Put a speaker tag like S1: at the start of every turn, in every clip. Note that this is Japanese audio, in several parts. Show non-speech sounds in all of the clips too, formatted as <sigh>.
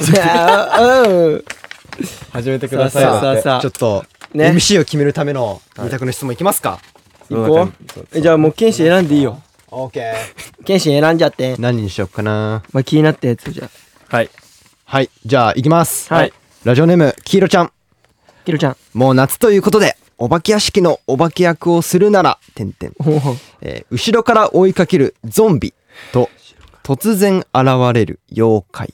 S1: いやうん
S2: 始めてください
S1: さあさあさあ
S3: ちょっと、
S1: ね
S3: MC を決めるための二択の質問いきますか。
S1: 行こうえじゃあもう剣士選んでいいよ
S3: オーケー。
S1: 剣士選んじゃって
S3: 何にしよっかな。
S1: まあ気になったやつじゃ
S2: はい
S3: はい、じゃあ行きます。
S1: はい。
S3: ラジオネーム、黄色ちゃん。
S1: キロちゃん
S3: もう夏ということで、お化け屋敷のお化け役をするなら、てんてん。
S1: おお
S3: えー後ろから追いかけるゾンビと、突然現れる妖怪。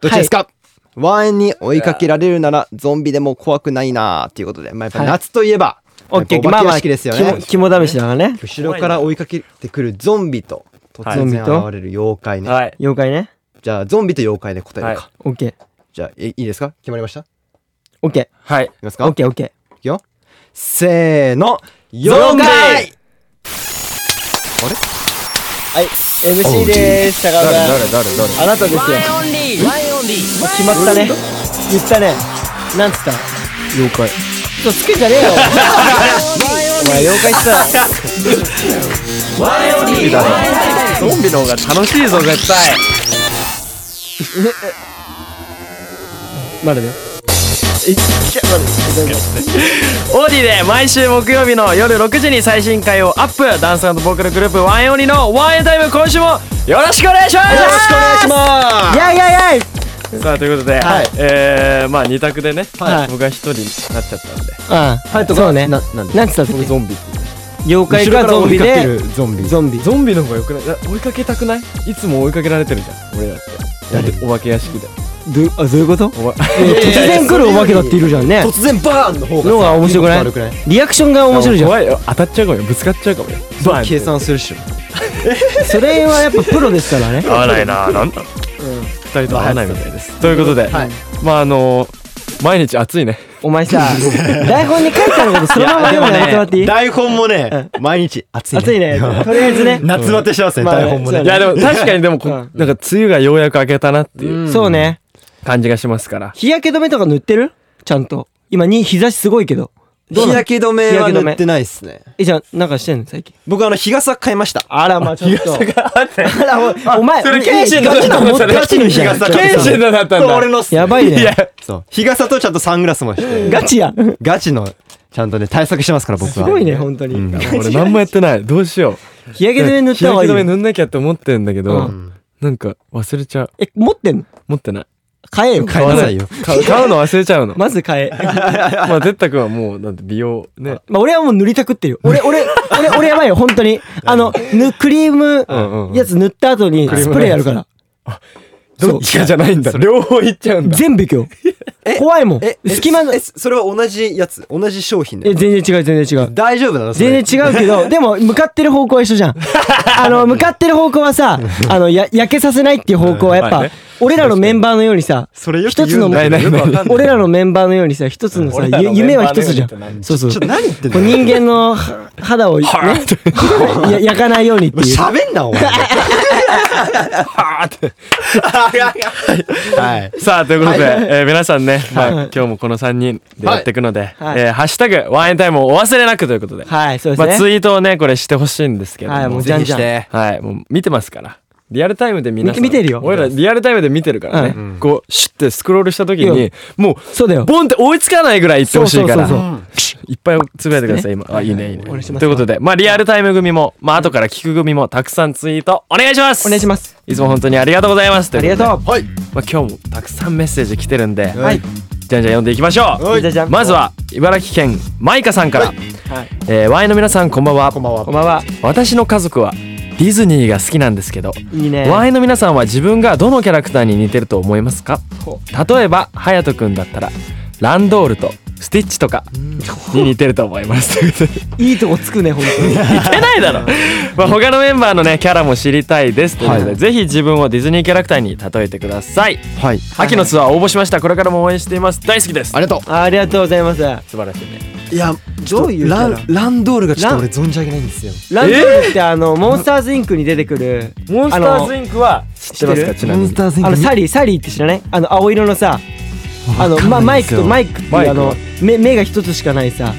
S3: どっちですか、ワンエンに追いかけられるなら、ゾンビでも怖くないなーっていうことで、まあ、やっぱ
S1: はい
S3: 夏といえば、
S1: オッケーオッケ
S3: や
S1: ー
S3: っぱ
S1: まあま
S3: お化け屋
S1: あ
S3: 敷ですよね。
S1: 肝肝試しだからね
S3: 後ろから追いかけてくるゾンビと
S2: はい
S3: 突然現れる妖怪ね、
S2: はい
S1: 妖怪ね
S3: じゃあゾンビと妖怪で答えるか、
S2: は
S1: オッケー
S3: じゃあいいいですか決まりましたい
S1: オッケ
S2: はい
S3: きます
S1: ー
S3: か
S1: オッケーオッケ
S3: いくよせーの
S2: ゾンビ
S3: 妖怪
S1: ーはい MC でーす高
S2: 誰
S1: 岡
S2: 誰誰誰
S1: あなたですよ決まったね言ったねなんつった
S2: 妖怪
S1: 嘘つけんじゃねえよお前妖怪ってさ
S2: ゾンビだろゾンビの方が楽しいぞ絶対
S1: まだねえいやまだ全然
S4: オーディで毎週木曜日の夜6時に最新回をアップダンスボーカルグループワンエンオニのワンエンタイム今週もよろしくお願いします
S3: よろしくお願いしま
S1: いやいやいやい
S4: さあということで、
S3: はい
S4: えー、まあ2択でね、
S1: はい
S4: 僕が一人になっちゃったんで
S1: ああはいとそうね
S3: ななんで
S1: なんつったっけ
S2: 僕ゾンビ
S1: 妖怪
S2: 後ろ
S1: か
S2: から
S1: ゾン
S2: 追
S1: ビ
S2: いかける
S1: で
S2: ゾンビ
S1: ゾンビ
S2: ゾンビの方がよくないいや追いかけたくないいつも追いかけられてるじゃん俺だってだってお化け屋敷で
S1: どあどういうこと
S2: おば
S1: 突然来るお化けだっているじゃんね
S3: す突然バーンの方がさ
S1: のが面白くない
S3: 気持ち悪くない
S1: リアクションが面白いじゃん
S2: 怖いよ当たっちゃうかもよぶつかっちゃうかもよバーンって
S3: 計算するっしょ
S1: それはやっぱプロですからね
S4: 合わないななんだ2人と合わないみたいです
S2: ということで、
S3: はい
S2: まああのー毎日暑いね
S1: お前さ台本に書いてあることそのままでもやってもらっていい
S3: <laughs> <laughs> 台本もね毎日暑いね
S1: 熱いねとりあえずね
S3: 夏バテしてますね、
S1: まあね
S3: 台本もね
S1: そう
S2: いやでも確かにでもこ、
S1: うん
S2: なんか梅雨がようやく明けたなっていう
S1: そうね
S2: 感じがしますから、
S1: 日焼け止めとか塗ってるちゃんと今に日差しすごいけどどう
S3: 日
S1: なの
S3: 焼け止めは
S1: 日焼け止め
S3: 塗ってないっすね
S1: えじゃあなんかしてんの最近
S3: 僕あの日傘買いました
S1: あらまあちょっとあらおお前
S2: それ謙信の
S1: ガチの持ってガチの日
S3: 日
S1: 焼
S3: 傘
S1: け
S3: 買いまし
S2: 謙
S3: た
S2: 信のだったん
S3: そう
S2: だ
S3: 俺のっす
S1: やばい
S2: いや
S1: ね
S3: そう日傘とちゃんとサングラスもして
S1: ガチやん
S3: ガチのちゃんとね対策してますから僕は
S1: すごいね本当に、
S3: うん
S2: 俺何もやってないどうしよう
S1: 日焼け止め塗っ
S2: 日
S1: た方が
S2: 焼
S1: いい
S2: け
S1: よ
S2: 止め塗んなきゃって思ってんだけど、
S1: うん
S2: なんか忘れちゃう
S1: え持ってんの
S2: 持ってない
S1: 買えよ
S3: 買いなさいよ
S2: 買う買うの忘れちゃうの <laughs> ま
S1: まず買え <laughs>
S2: あ哲太君はもうだって美容ね
S1: まあ俺はもう塗りたくってるよ俺俺俺俺やばいよ本当にあのぬクリー
S2: うんうんう
S1: ム
S2: ん
S1: やつ塗った後に
S2: リーム
S1: ス
S2: の
S1: プレーやるから
S2: どっちかじゃないんだ両方いっちゃうんだ
S1: 全部いく
S2: <laughs>
S1: よ怖いもん
S3: え
S1: 隙間の
S3: えそれは同じやつ同じ商品
S1: え
S3: で
S1: 全然違う全然違う
S3: 大丈夫なのそれ
S1: 全然違うけどでも向かってる方向は一緒じゃんあの向かってる方向はさあのや焼けさせないっていう方向はやっ
S2: うんは
S1: ぱ
S2: いね
S1: 俺らのメンバーのようにさ
S3: それよく言うんだ
S1: 一つの
S3: けど
S2: ないない
S3: よくわかんない
S1: <laughs> 俺らのメンバーのようにさ一つのさ
S2: 俺らの
S1: ゆ夢は一つじゃ
S2: メンバーのように
S1: ん
S2: って何
S1: そうそう
S3: ちょっと何言ってん
S1: こう
S3: の
S1: 人間のは肌をね <laughs> や焼かないようにっていう
S3: 喋んなお前
S2: はーって
S3: はい
S2: さあということで、えー皆さんね、まあ、今日もこの3人でやっていくので「
S1: はい
S2: えーハッシュタグワンエンタイム」をお忘れなくということで、
S1: はいそうで
S2: ますあ、
S1: ね
S2: ツイートをねこれしてほしいんですけども、
S1: はいもうじゃんじゃん
S3: ぜ
S2: はい、もう見てますから。リアルタイムで皆さん
S1: 見て見てるよ
S2: 俺らリアルタイムで見てるからね、こうシュッてスクロールした時
S1: い
S2: にもう
S1: そうだよ
S2: ボンって追いつかないぐらい言ってほしいから
S1: そうそうそう
S2: いっぱいつぶやいてください今あいいねいいね
S1: お願いします
S2: ということでまあリアルタイム組もまあ後から聞く組もたくさんツイートお願いします
S1: お願いします
S2: いつも本当にありがとうございます
S1: ありが
S2: う
S1: と
S3: はい
S2: ことで、まあ、今日もたくさんメッセージ来てるんで、
S1: うはい
S2: じゃんじゃん読んでいきましょう
S3: はい
S1: じゃじゃん
S2: まずは茨城県マイカさんから、えー、ワイの皆さんこんばんはこんばんは
S1: こんばんは
S2: 私の家族はディズニーが好きなんですけど
S1: いいね
S2: ワイの皆さんは自分がどのキャラクターに似てると思いますか例えば隼人くんだったらランドールとスティッチとかに似てると思います <laughs> 似
S1: いいとこつくね本当に
S2: てないだろ、 <laughs> まあ、他のメンバーのねキャラも知りたいですということで、ぜひ自分をディズニーキャラクターに例えてください
S3: はい
S2: 秋のツアー応募しましたこれからも応援しています大好きです
S3: ありがと
S1: ありがとうございますラ
S2: 素晴らしいね
S3: ういや
S1: どういうキャラ
S3: ランランドールがちょっと俺存じ上げないんですよ
S1: ンドールってあのモンスターズインクに出てくる
S2: モンスターズ
S1: ン
S2: インクは知ってますかちなみに
S3: ーズ
S1: あのサリーサリーって知らないあの青色のさあの
S3: わかん
S1: ま
S3: な
S1: マ
S3: いん
S1: イ
S3: で
S1: ク
S3: すよ
S1: とマイクって
S2: マイ
S1: いう
S2: ク
S1: あの目目が一つしかないさ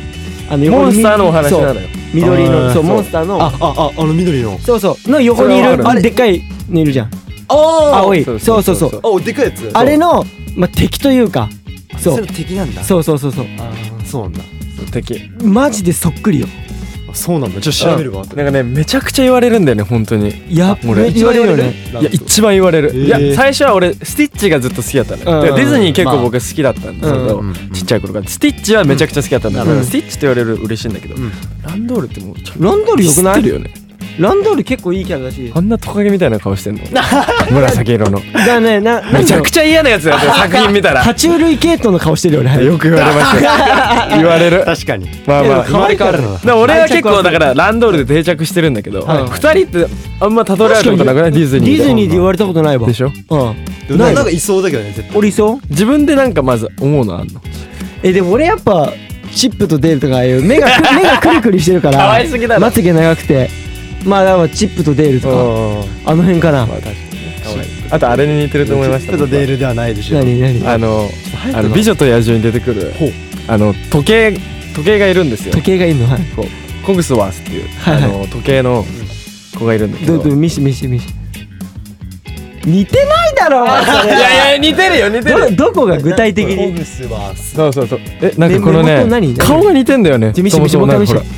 S1: あの横に
S2: モンスターのお話なの
S1: そう
S2: よ
S1: 緑
S3: あ
S1: の
S3: ー
S1: そう
S3: そう
S1: モンスターの
S3: ああああの緑の
S1: そうそうの横にい
S2: それはあ
S1: る
S2: る
S1: でっかいのいるじゃん青いそうそうそう
S3: あおでかいやつ
S1: あれの、まあ、敵というか
S3: そ
S1: そ
S3: うそうれ敵なんだ
S1: そうそうそうそう
S3: あーそうなんだ
S2: 敵
S1: マジでそっくりよ
S3: あそうなんだちょっと調べるわ
S2: なんかねめちゃくちゃ言われるんだよね本当にい
S1: やっ
S2: 俺
S1: めっちゃ言われるよね
S3: いや
S2: や一番言われる、
S3: へー
S2: いや最初は俺スティッチがずっと好きだったのよ、
S1: うん
S2: だからディズニー結構僕好きだったんですけど、
S3: うん
S2: ちっちゃい頃からスティッチはめちゃくちゃ好きだったんだけど、
S1: うん
S2: スティッチと言われる嬉しいんだけど、
S3: ん
S2: ランドールってもうちょっ
S1: ランドー
S2: と
S1: ルよくな
S2: 知ってる
S1: い
S2: よね
S1: ランドール結構いいキャラだし
S2: あんなトカゲみたいな顔してんの紫色の
S1: だからねな
S2: めちゃ
S1: ち
S2: くちゃ嫌なやつだよ作品
S1: <laughs>
S2: 見たら
S1: 爬虫類系統の顔してるよねあれ
S2: よく言われました言われる
S3: 確かに
S2: まあまあ
S1: 可愛いから
S2: だから俺は結構だからランドールで定着してるんだけど、二
S1: はい
S2: 人ってあんまたどり合うことなくないディズ
S1: デ
S2: ニー
S1: ィズニーで言われたことないわ
S2: でしょ
S1: う
S3: で
S1: ん
S3: もな
S1: ない
S3: ん
S1: わ
S3: かいそうだけどね絶対
S1: 俺いそう
S2: 自分でなんかまず思うのあんの
S1: えでも俺やっぱチップとデールとかああいう目がく目がクリクリしてるから
S4: 可愛すぎだろ
S1: まつげ長くてまあだからチップとデールとかあの辺かな
S2: まあ確かにあとあれに似てると思いました
S3: ちょっとデールではないでしょ
S1: 何何
S2: あの
S1: 早くな
S2: あの美女と野獣に出てくる
S3: ほう
S2: あの時計時計がいるんですよ
S1: 時計がいいのはい
S2: こうコグスワースっていう、
S1: はいはい
S2: あの時計の子がいるんだけ
S1: ど
S2: ど
S1: うどう見して見して見して似てないだろ
S4: いやいや似てるよ似てる
S1: どどこが具体的
S3: ホ
S1: に
S3: グスは
S2: そうそうそうえなんかこの
S1: ね目
S2: ね
S1: 元何
S2: 顔が似てんだよね
S1: じゃ見して見して
S2: そもそ
S1: も
S2: も
S1: う一回
S2: なんか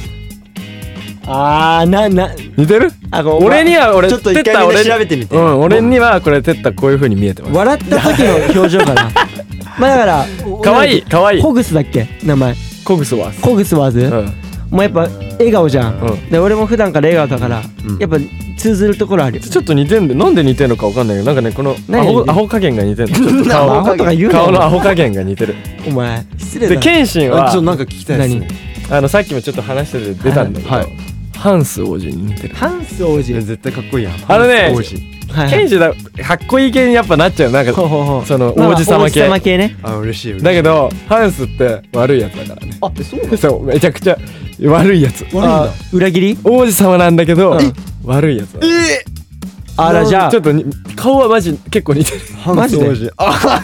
S2: ほ
S1: ああなな
S2: ら似てる
S1: あこう
S2: 俺には俺
S3: ちょっと
S2: テ
S3: 一
S2: ッタ
S3: 回みんな
S2: 俺
S3: 調べてみて
S2: うん俺にはこれテッタこういう風に見えてます
S1: 笑った時の表情かなまあだから
S2: 可愛い可愛い
S1: ホグスだっけ名前
S2: コグスワース
S1: ホグスワーズ、
S2: うん
S1: もうやっぱ笑顔じゃん、
S2: うん
S1: で俺も普段から笑顔だから、
S3: うん
S1: やっぱ通ずるところあるよ
S2: ちょっと似てんでなんで似てんのかわかんないけどなんかねこのア
S1: 何
S2: ホアホ加減が似てんの
S1: な
S2: 顔
S1: アホとか言うなよ
S2: 顔のアホ加減が似てる
S1: お前失礼
S2: で
S1: だ
S2: 謙信
S3: あ
S2: は
S3: ちょっとなんか聞きたいですね
S2: あのさっきもちょっと話してて出たんだけど、
S3: はいは
S2: ハンス王子に似てる
S1: ハンス王子
S3: いや絶対かっこいいやん
S2: あのね
S3: 王子
S1: はいは
S2: ケン
S1: い
S2: ジだかっこいい系にやっぱなっちゃうなんか
S1: ほうほうほう
S2: その
S1: まあまあ
S2: 王子様系
S1: 王子様系ね
S3: あ嬉しい
S2: だけどハンスって悪いやつだからね
S3: あそうなん
S2: そうめちゃくちゃ悪いやつ
S1: あ裏切り
S2: 王子様なんだけど、
S1: うん
S2: 悪いやつだ
S3: え
S1: あらじゃあ
S2: ちょっとに顔はマジ結構似てる
S3: ハンス王
S1: マ
S3: 子あ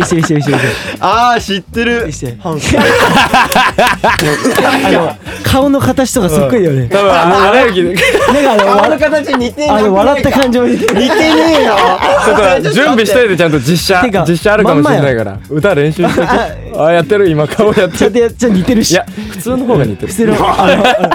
S1: 一緒一緒一緒一緒
S3: あー知ってる
S1: 一緒
S3: ハンス
S1: <laughs> あの顔の形とかそっくりだよね
S2: 多分あの荒雪でち
S1: なんかあのわ
S3: 形似て
S1: あの笑った感じも似てる
S3: 似てねえよ
S2: ょっと準備しといてちゃんと実
S1: <laughs> て
S2: 写
S1: か
S2: 実写あるかもしれないから、歌練習しといて
S1: <laughs>
S2: あやってる今顔やっ
S1: ち
S2: て
S1: <laughs> ょっ
S2: る
S1: とやちょっと似てる
S2: い
S1: し
S2: や普通の方が似てる
S1: 普通のあのあ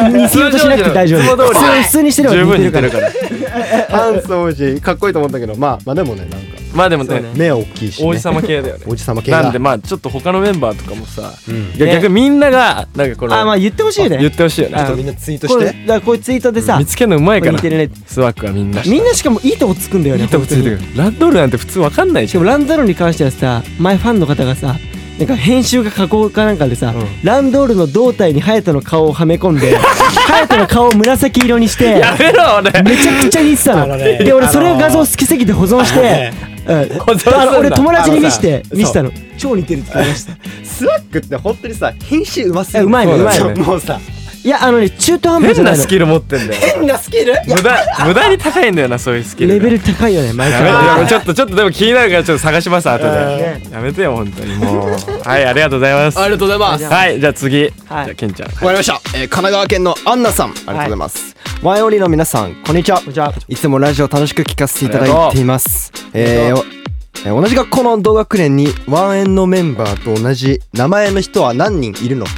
S1: のに似せようとしなくて大丈夫
S2: 通常通
S1: 普
S2: りだ
S1: 通普通にしてれば
S2: 十
S1: 似
S2: 分
S1: て
S2: 似
S1: る
S2: て
S1: か
S2: る
S1: ら
S2: から
S3: ハンス王子かっこいいと思ったけどまあまあでもねなんか
S2: まあでもね
S3: 目は大きいしね
S2: 王子様系だよね
S3: 王子様系だ
S2: なんでまあちょっと他のメンバーとかもさ、
S3: うん
S2: いや
S1: ね
S2: 逆にみんながなんかこの
S1: あまあ言ってほしいよね
S2: 言ってほしいよ
S1: あ
S2: ね
S3: みんなツイート
S1: こ
S3: し
S1: うだ
S3: て
S1: からこういうツイートでさ
S2: 見つけるのうまいから
S1: 似てるね
S2: スワックはみんな
S1: みんなしかもいいとこつくんだよね
S2: いいとこついてく
S1: 本当に
S2: るランドールなんて普通わかんない
S1: し
S2: じ
S1: かもランドールに関してはさ前ファンの方がさなんか編集が加工かなんかでさ、ランドールの胴体にハヤトの顔をはめ込ん
S2: <laughs>
S1: でハヤトの顔を紫色にして
S2: ゃんやめろ俺
S1: めちゃくちゃ似てたの
S3: あのね
S1: で俺
S3: あのー
S1: それを画像好きすぎて保存して、うん、
S2: 保存すんだ
S1: だから俺友達に見せて
S3: あのさ
S1: 見せたの超似てるって言いました
S3: スワックって本当にさ編集うますぎ
S1: え
S3: る
S1: うまいね
S2: そうう
S1: ま
S2: だ
S1: い
S2: ね
S1: ね
S2: い
S3: もうさ
S1: いやあのね中途半端じゃ
S2: 変
S1: な
S2: ない
S1: の
S2: スキル持ってんだよ
S3: 変なスキル
S2: 無駄無駄に高いんだよなそういうスキルが
S1: レベル高いよね毎
S2: やめて
S1: 回
S2: やめてちょっとちょっとでも気になるからちょっと探します後で
S1: ね
S2: やめてよ本当にもうはいありがとうございます
S3: りがとうございま
S2: はいじゃあ次じゃ
S1: はい
S2: あケンちゃん
S3: わかりました、えー神奈川県のアンナさんありがとうございます、ワイオリの皆さんこんにちは
S1: じゃあ
S3: いつもラジオ楽しく聞かせていただいていますえーおえー同じ学校の同学年にワンエンのメンバーと同じ名前の人は何人いるのか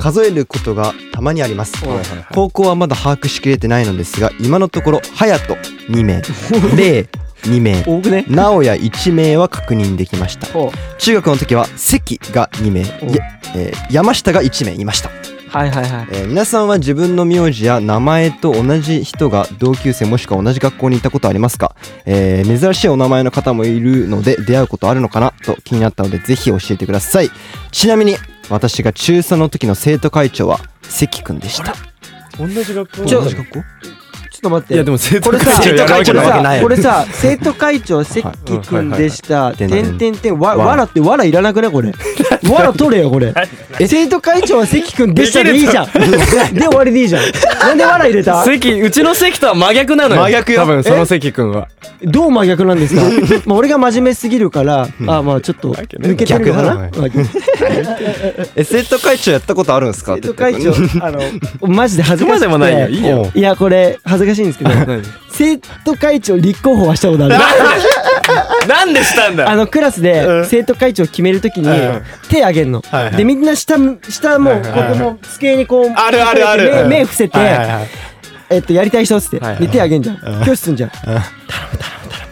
S3: 数えることがたまにあります高校はまだ把握しきれてないのですが今のところ隼人2名礼2名
S1: 多くね
S3: 直哉1名は確認できました
S1: ほ
S3: 中学の時は関が2名
S1: お
S3: いやえー山下が1名いました
S1: うはいはいはい
S3: えー皆さんは自分の名字や名前と同じ人が同級生もしくは同じ学校にいたことありますか、えー珍しいお名前の方もいるので出会うことあるのかなと気になったのでぜひ教えてくださいちなみに私が中3の時の生徒会長は関君でした
S2: 同じ学
S1: ちょ同じ
S3: 学校
S1: ちょっと待って
S2: <laughs> いやでも生徒
S1: これさ
S2: 会長やるわ
S1: こ
S2: け
S1: れ
S2: ない
S3: わけ
S1: さ
S3: ない
S1: これさ生徒会長関君でした
S3: いはい
S1: 点
S3: はい
S1: 々点わ
S3: わ
S1: わらってわらいらなくねこれわら取れよこれえ生徒会長は関君でしたでいいじゃんで終わりでいいじゃんなんでわら入れた
S4: 席うちの席とは真逆なのよ
S3: 真逆よ
S2: 多分その関君は
S1: どう真逆なんですかまあ俺が真面目すぎるからあまあちょっと抜けてるのかな
S3: 逆え生徒会長やったことあるんですか
S1: 生徒会長あのマジで恥ず
S2: そこま
S1: かし
S2: でもないよ
S1: く
S2: い
S1: て
S2: いよ
S1: いやこれ恥ずかしいんですけど生徒会長立候補はしたことある
S5: なんでしたんだ
S1: <laughs> あのクラスで生徒会長決めるときに
S2: うん
S1: 手あげんの、
S2: はいはい
S1: でみんな下下もうここも机にこう
S2: あるあるある
S1: 目
S2: うん
S1: 目伏せて、
S2: はいはいはい
S1: えっと、やりたい人っつって、
S2: はいはい
S1: で手あげんじゃん、
S2: ん
S1: 教室すんじゃん、頼む頼む頼むっ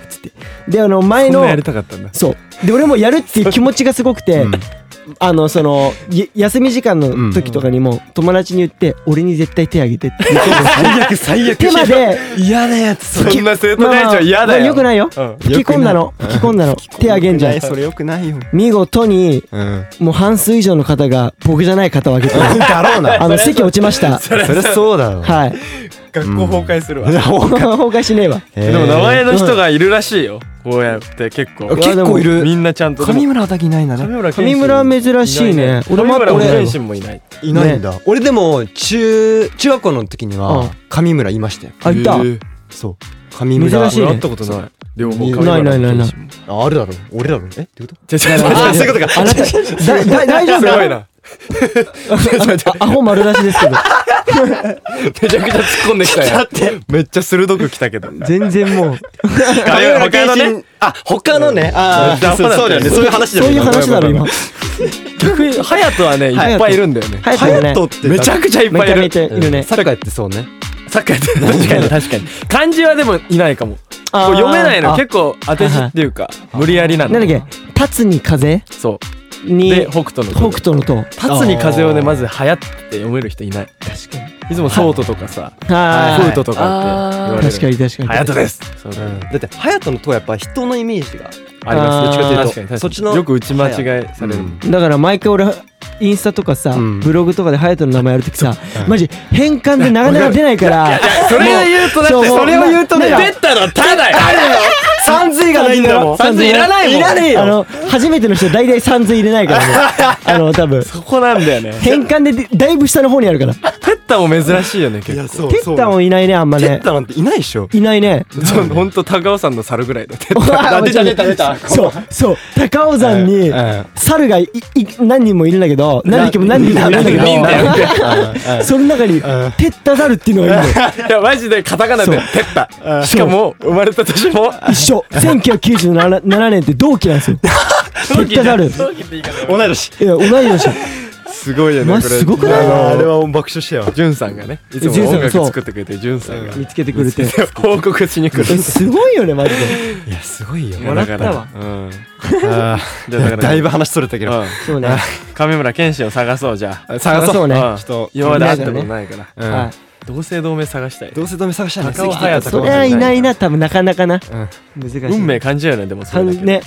S1: つってであの前の
S6: たかったんだ
S1: そうで俺もやるっていう気持ちがすごくて、あのそのや休み時間の時とかにも友達に言って俺に絶対手あげてって言って
S6: 最悪最悪
S1: 手まで
S6: 嫌なやつ
S2: そんな生徒会長嫌だ
S1: まあまあよく
S2: よ
S1: ないよ、吹き込んだの吹き込んだの手あげんじゃん
S3: よくないそれよくないよ。
S1: 見事に
S3: うん。
S1: もう半数以上の方が僕じゃない方を挙げて
S3: <laughs> だろうな。
S1: あの席落ちました
S3: そりゃそうだろう。
S1: <laughs> はい
S2: 学校崩壊する
S1: <laughs>
S2: わ
S1: 崩壊しねえわ
S3: えー
S2: でも名前の人がいるらしいよこうやって結構
S3: 結構いる。
S2: みんなちゃんとでも
S3: 上村だけいないんだね。
S2: 上村健
S1: 上
S2: 信
S1: 村珍しいね俺
S2: 上
S1: も
S2: 村
S1: 俺
S2: 謙信もいない
S3: いないんだ。俺でも中中学校の時に
S1: うん
S3: は上村いましたよ。
S1: あいた
S2: え
S3: そう。上村。
S1: 珍しいね
S2: 俺会ったことない両方
S3: ない
S1: ないないないない
S3: ああるだろう。俺だろう。えってこと？
S2: じゃじゃあそういうこと <laughs> か
S1: <laughs> あなただだ大丈夫
S2: すごいな
S1: アホ丸出しですけど
S2: めちゃくちゃ突っ込んできたよめっちゃ鋭く来たけど
S1: 全然もう
S2: あいや他のね。
S3: あ他のね。あ
S2: うん
S3: あそうそうだよね。そういう話だ
S1: そう
S3: よ
S1: いう
S3: ね。
S1: 話だろ今
S2: 逆にハヤトはねい
S1: はい
S2: っぱいいるんだよね
S1: 早く
S3: ハ
S1: ね
S3: ヤトって
S2: めちゃくちゃいっ
S1: め
S2: ぱい
S1: ち
S2: い
S1: ゃめ
S2: る
S1: ちゃいるね
S3: サッカーやってそうね。
S2: サッカーやってる <laughs> 確かに確かに漢字はでもいないかも
S1: あ
S2: こう
S1: ー
S2: 読めないの
S1: あ
S2: 結構当て字っていうか無理やりなん
S1: なんだっけ立つに風
S2: そうで
S1: に
S2: 北斗の
S1: 北斗の塔
S2: 立つに風をねまず流行って読める人いない
S1: 確かに
S2: いつもソートとかさ
S1: は
S2: フ
S1: い
S2: ートとかって言われる
S1: 確かに確かに
S2: ハヤトですそう
S3: だってハヤトの塔はやっぱ人のイメージが
S2: あり
S1: あー
S2: ますどっちか
S3: 確
S2: と
S3: か
S2: いう
S3: に確
S2: と
S3: かに
S2: そっちのよく打ち間違えされる
S1: だから毎回俺インスタとかさ、
S3: ん
S1: ブログとかでハヤトの名前やるときさ、マジ変換でなかなか出ないから
S2: それを言うとだって
S1: そう
S2: それを言うとね
S1: もう
S2: 出たのただよ
S3: 三髄がないんだもん。
S2: 三髄いらないもん
S3: いらねえ
S1: あ
S3: よ。
S1: の初めての人大体さんず入れないからねあの多分
S2: そこなんだよね
S1: 変換ででだいぶ下の方にあるから
S2: ペッタも珍しいよね結構
S3: そ
S1: テッタもいないねあんま
S3: テ
S1: ね
S3: ッタなんていないでしょ。
S1: いないね
S2: そうほんと高尾山の猿ぐらいだ
S1: あ
S2: 出た出た出た
S1: そうそう高尾山に
S3: ん
S1: 猿がいい何人もいるんだけど何匹も何人もいるんだけ
S2: 何人もいるん
S1: どその中にテッタ猿っていうのがいるのよ
S2: いやマジでカタカナでペッタしかも生まれた年も
S1: 一緒1997年って同期なんですよテッタ猿
S3: 同い年。
S1: いや同い年
S2: すごいよ
S1: ま
S2: ね
S1: あ
S2: これ
S1: すごくない
S3: あれは爆笑したよ。
S2: ジュンさんがねいつも
S1: ジュンさん
S2: 音楽
S1: そう
S2: 作ってくれてるジュンさんが
S1: 見つけてくれて
S2: 報告しに来る
S1: えすごいよねマジです
S3: ごいよ。
S2: 笑った
S1: わ
S2: う
S3: あ
S2: んじゃあだから
S3: ー <laughs> だいぶ話それたけ
S2: う
S3: ど。
S2: ん
S1: そうね
S2: 上村健信を探そうじゃあ
S3: 探
S1: そうね
S2: うん
S3: ちょっと
S2: 今まで会ったことないから
S3: うん
S1: は
S2: 同姓同名探したい
S3: どうせダメ探したん
S2: 高尾隼
S1: い
S2: 人
S1: それはいないな多分なかなかな難しい
S2: 運命感じるよねでもそ
S1: か
S2: れ
S1: ん
S2: だけ
S1: ね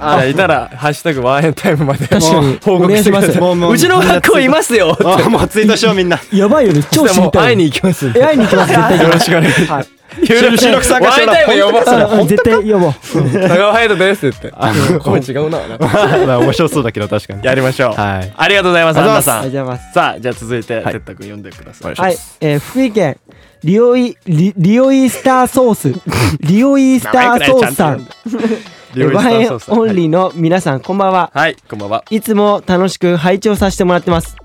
S2: あらいたら「ハッシュタグワンエンタイム」まで
S1: 確かに
S2: 報告してくださ
S1: お願いします
S3: もうもう
S2: いうちの学校います <laughs> よ
S3: あーもうツイートしようみんな。
S1: やばいよね超
S2: で
S1: 知
S2: も
S1: りた
S2: 会
S1: い
S2: いに行きます
S1: え会いに行きます絶対行
S2: よ
S1: き
S2: ろしくお願いします
S3: 収録参加しろ
S2: ワンエンタイム
S1: <laughs>
S2: 呼ぼう
S1: ますうん絶対呼ぼう
S2: 長尾ハイドですって言って声違うな
S3: <laughs> まあ面白そうだけど確かに。
S2: やりましょう
S3: はい
S2: ありがとうございます
S3: あ
S2: ア
S3: りがとうご
S2: ンナ
S3: ざ
S2: さ
S1: ありがとうご
S2: ん
S1: ざいます
S2: さあじゃあ続いて哲太くん読んでください
S1: はい、えー福井県リオイリリオイスターソースリオイスターソースさんえ
S2: 両
S1: ー
S2: 一
S1: ワイン
S2: さんさん
S1: オンリーの皆さんこんばんは
S2: はいこんばんはい
S1: つも楽しく拝聴させてもらってます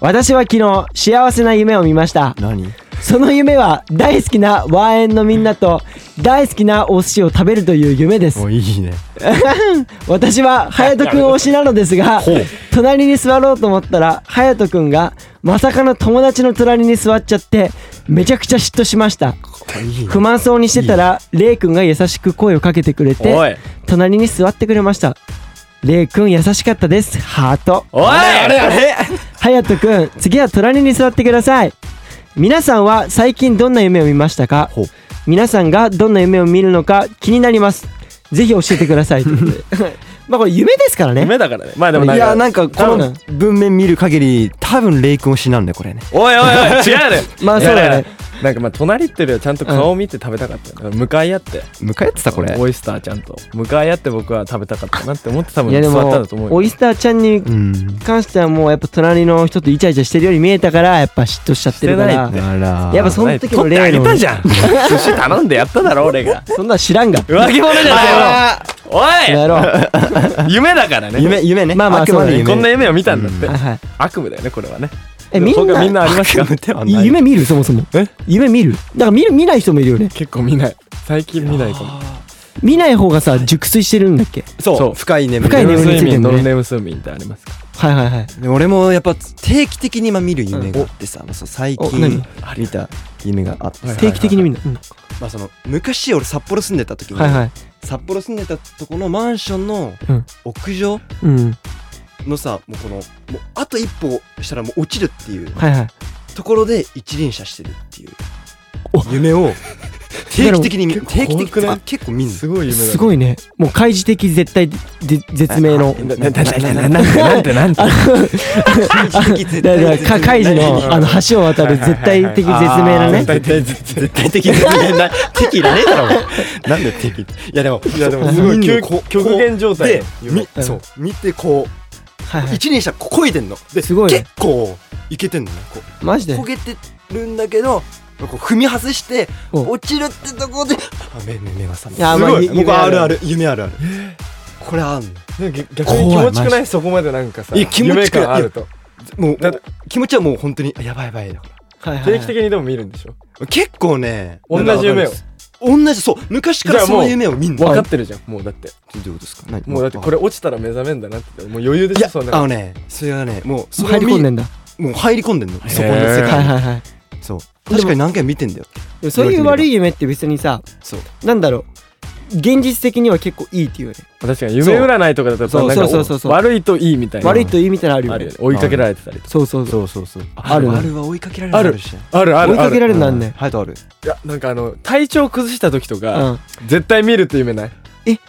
S1: 私は昨日幸せな夢を見ました
S3: 何？
S1: その夢は大好きなワーエンのみんなと大好きなお寿司を食べるという夢です
S3: もういいね。
S1: 私は隼人君推しなのですが
S3: う
S1: 隣に座ろうと思ったら隼人君がまさかの友達の隣に座っちゃってめちゃくちゃ嫉妬しました
S3: いいね
S1: 不満そうにしてたらレイ君が優しく声をかけてくれ
S2: お
S1: て
S2: い
S1: 隣に座ってくれましたレイ君優しかったですハート
S2: おいあれあれ
S1: 隼人君次は隣に座ってください皆さんは最近どんな夢を見ましたか
S3: ほう
S1: 皆さんがどんな夢を見るのか気になりますぜひ教えてください <laughs> まあこれ夢ですからね
S2: 夢だからねまあでも
S3: いや
S2: なんか
S3: なんかこの文面見る限り多分レイ君推しなんだよこれね。
S2: おいおいおい違うね
S1: <laughs> まあそうだね
S2: なんかまあ隣っていうよりはちゃんと顔を見て食べたかったよ向かい合って
S3: 向かい合ってたこれ。
S2: オイスターちゃんと向かい合って僕は食べたかったなって思って多分
S1: いやで
S2: 座ったん
S1: も
S2: だと思うよ
S1: オイスターちゃんに
S3: うん。
S1: 関してはもうやっぱ隣の人とイチャイチャしてるように見えたからやっぱ嫉妬しちゃってるか
S2: してな
S1: ら
S2: いって
S3: あら。
S1: やっぱその時の
S2: 取ってあ
S1: 例
S2: げ
S1: の
S2: たじゃん寿司頼んでやった
S1: <laughs>
S2: だろ俺が
S1: そんなん知らんが
S2: 浮気者じゃ
S3: あ
S2: ないよ
S1: やろう
S2: おい夢だからね
S3: 夢夢ね。
S1: まあまあ
S3: くま
S1: そう
S3: で
S1: だね
S2: こんな
S3: 夢。
S2: 夢を見たんだって
S1: はいはい
S2: 悪夢だよねこれはね
S1: えみんな
S7: みんなありますか
S1: い夢見るそもそも
S7: え
S1: 夢見るだから見る見ない人もいるよね
S7: 結構見ない最近見ないかも
S1: 見ない方がさ熟睡してるんだっけ
S3: そう
S7: そう
S3: 深い眠り
S1: 深い
S7: レム
S1: 眠り
S7: 睡
S1: ついて
S7: 眠
S1: んだ
S7: ノ
S1: ね
S7: ンレム睡眠ってありますか
S1: はいはいはい
S3: で俺もやっぱ定期的に今見る夢があってさ、そう最
S1: お何
S3: 近見た夢があってさ
S1: 定期的に見るの
S3: まあ、その昔俺札幌住んでた時
S1: う
S3: に、
S1: んはいはい
S3: 札幌住んでたとこのマンションの
S1: うん
S3: 屋上
S1: うん
S3: のさもうこのもうあと一歩したらもう落ちるっていう
S1: はいはい
S3: ところで一輪車してるっていう
S1: お
S3: 夢を定期的に見
S7: でも
S3: 定期
S7: 怖
S3: 的
S7: く
S3: に
S7: ない
S3: あ結構見んの <laughs>
S7: すごい夢だ
S1: すごいねもう開示的絶対で絶命の
S7: ななななななんてなんてなんて
S1: だから
S3: 定期的絶対絶対
S1: か開示
S3: ない
S1: のあの橋を渡る絶対的絶命のね
S7: 絶対絶対
S3: 絶対的絶対ない敵いらねえだろお前なんで敵いやでも
S2: いやでもすごい
S3: 見んの
S2: 極
S3: こう
S2: 極限状態
S3: で
S2: の夢
S3: みそう見てこ
S1: はいうはい
S3: 一輪車ここいでんのです
S1: ごいね
S3: 結構いけてんのねこう
S1: マジで
S3: 焦げてるんだけどこう踏み外して
S1: うん
S3: 落ちるってとこであ目目目が覚め
S1: あ
S3: たす
S1: まあ
S3: ごい
S1: 夢
S3: 僕ある
S1: あ
S3: ある夢あるあるこれあんの
S2: なんか逆に気持ちくないそこまでなんかさ
S3: いや気持ちくない
S2: 夢感あると
S3: もう
S2: だって
S3: 気持ちはもう本当にあやばいやばいだか
S1: はいはいは
S2: 定
S1: い
S2: 期的にでも見るんでしょ
S3: ら結構ね
S2: 同じ夢を
S3: 同じそう昔から
S2: じゃあ
S3: そ
S2: もう
S3: の夢を見んの
S2: 分かっ
S3: あ
S2: てるじゃんもうだって
S3: どういうことですか何
S2: もうだってこれ落ちたら目覚めんだなってもう余裕で
S3: い
S2: しょ
S3: や
S2: そん
S3: あ
S2: な
S3: の
S2: の
S3: ねそれはねもうそ
S1: 入
S3: れを
S1: り
S3: 見
S1: 込んでんだ
S3: もう入り込んでんのそこの世
S1: はい
S3: 界に
S1: はいはい
S3: そう確かに何回も見てんだよ
S1: でもそういう悪い夢って別にさ
S3: そう
S1: なんだろう現実的には結構いいっていうよね
S7: 確かに夢占いとかだ
S1: そう
S7: となんか
S1: そうそうそうそう
S7: 悪いといいみたいな
S1: 悪いといいみたいなのあるよ
S7: あ
S1: ね
S7: るよね追いかけられてたりとか
S1: そうそうそう
S3: うそうそう
S1: ある
S3: あるは追いかけられる
S7: ある
S3: のし
S7: あるあ
S1: 追い
S7: るあ
S1: かけら
S7: る
S1: れるなんね
S3: はいとある
S2: いやなんかあの体調崩した時と
S1: う
S2: か
S1: ん
S2: 絶対見るって夢ない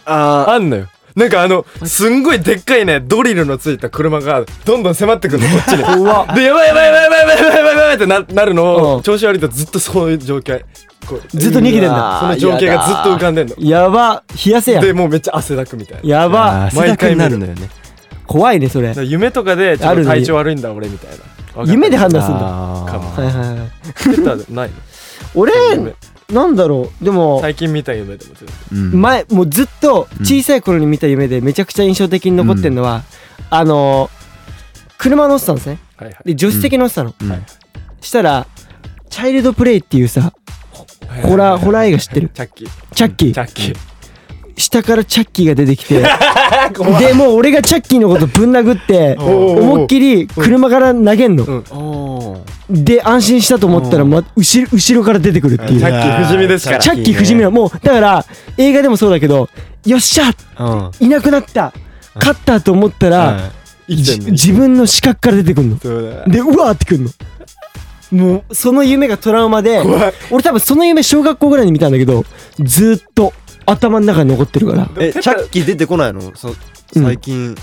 S3: あ
S2: あんのよなんかあのすんごいでっかいねドリルのついた車がどんどん迫ってくるのこっちにでやばいやばいやばいやばいやばいやばいやばいやばいってななるの
S1: うん
S2: を調子悪いとずっとそういう状況こう
S1: ずっと逃げてん
S3: う
S1: だ
S3: わ
S2: その情景がずっと浮かんでんの
S1: やば冷やせや
S2: でもうめっちゃ汗だくみたいな
S1: やば
S3: あ汗だくになるのよね
S1: 怖いねそれ
S2: だから夢とかでちょ
S1: あ
S2: っ
S1: る
S2: と
S1: のに
S2: 体調悪いんだ俺みたいなわかんない
S1: 夢で判断するんだ
S3: あー
S1: はいはいはい
S2: 出たないの
S1: 俺
S2: 夢
S1: なんだろうでも
S2: 最近見た夢でも全然
S3: うん
S1: 前もうずっと小さい頃に見た夢でめちゃくちゃ印象的に残ってんのはあの車乗ってたんですね
S2: はいはい
S1: で助手席乗ってたの
S3: うん
S1: したらチャイルドプレイっていうさホラーホラー映画知ってる
S2: チャッキー
S1: チャッキ
S2: チ
S1: ー
S2: ャッキー
S1: 下からチャッキーが出てき
S2: <laughs>
S1: てでもう俺がチャッキーのことぶん殴って
S2: おー
S1: 思いっきり車から投げんので安心したと思ったら、ま、後ろ後ろから出てくるっていう
S2: チャッキー不死身ですから
S1: チャッキー不死身なのもうだから映画でもそうだけどよっしゃ
S3: うん
S1: いなくなった勝ったと思ったら、
S2: 生き
S1: じ
S2: てんの
S1: 自分の視覚から出てくるの
S2: そうだ
S1: でうわーってくるのもうその夢がトラウマで
S2: 怖い
S1: 俺多分その夢小学校ぐらいに見たんだけどずーっと頭の中に残ってるから
S3: えチャッキー出てこないのそ最近、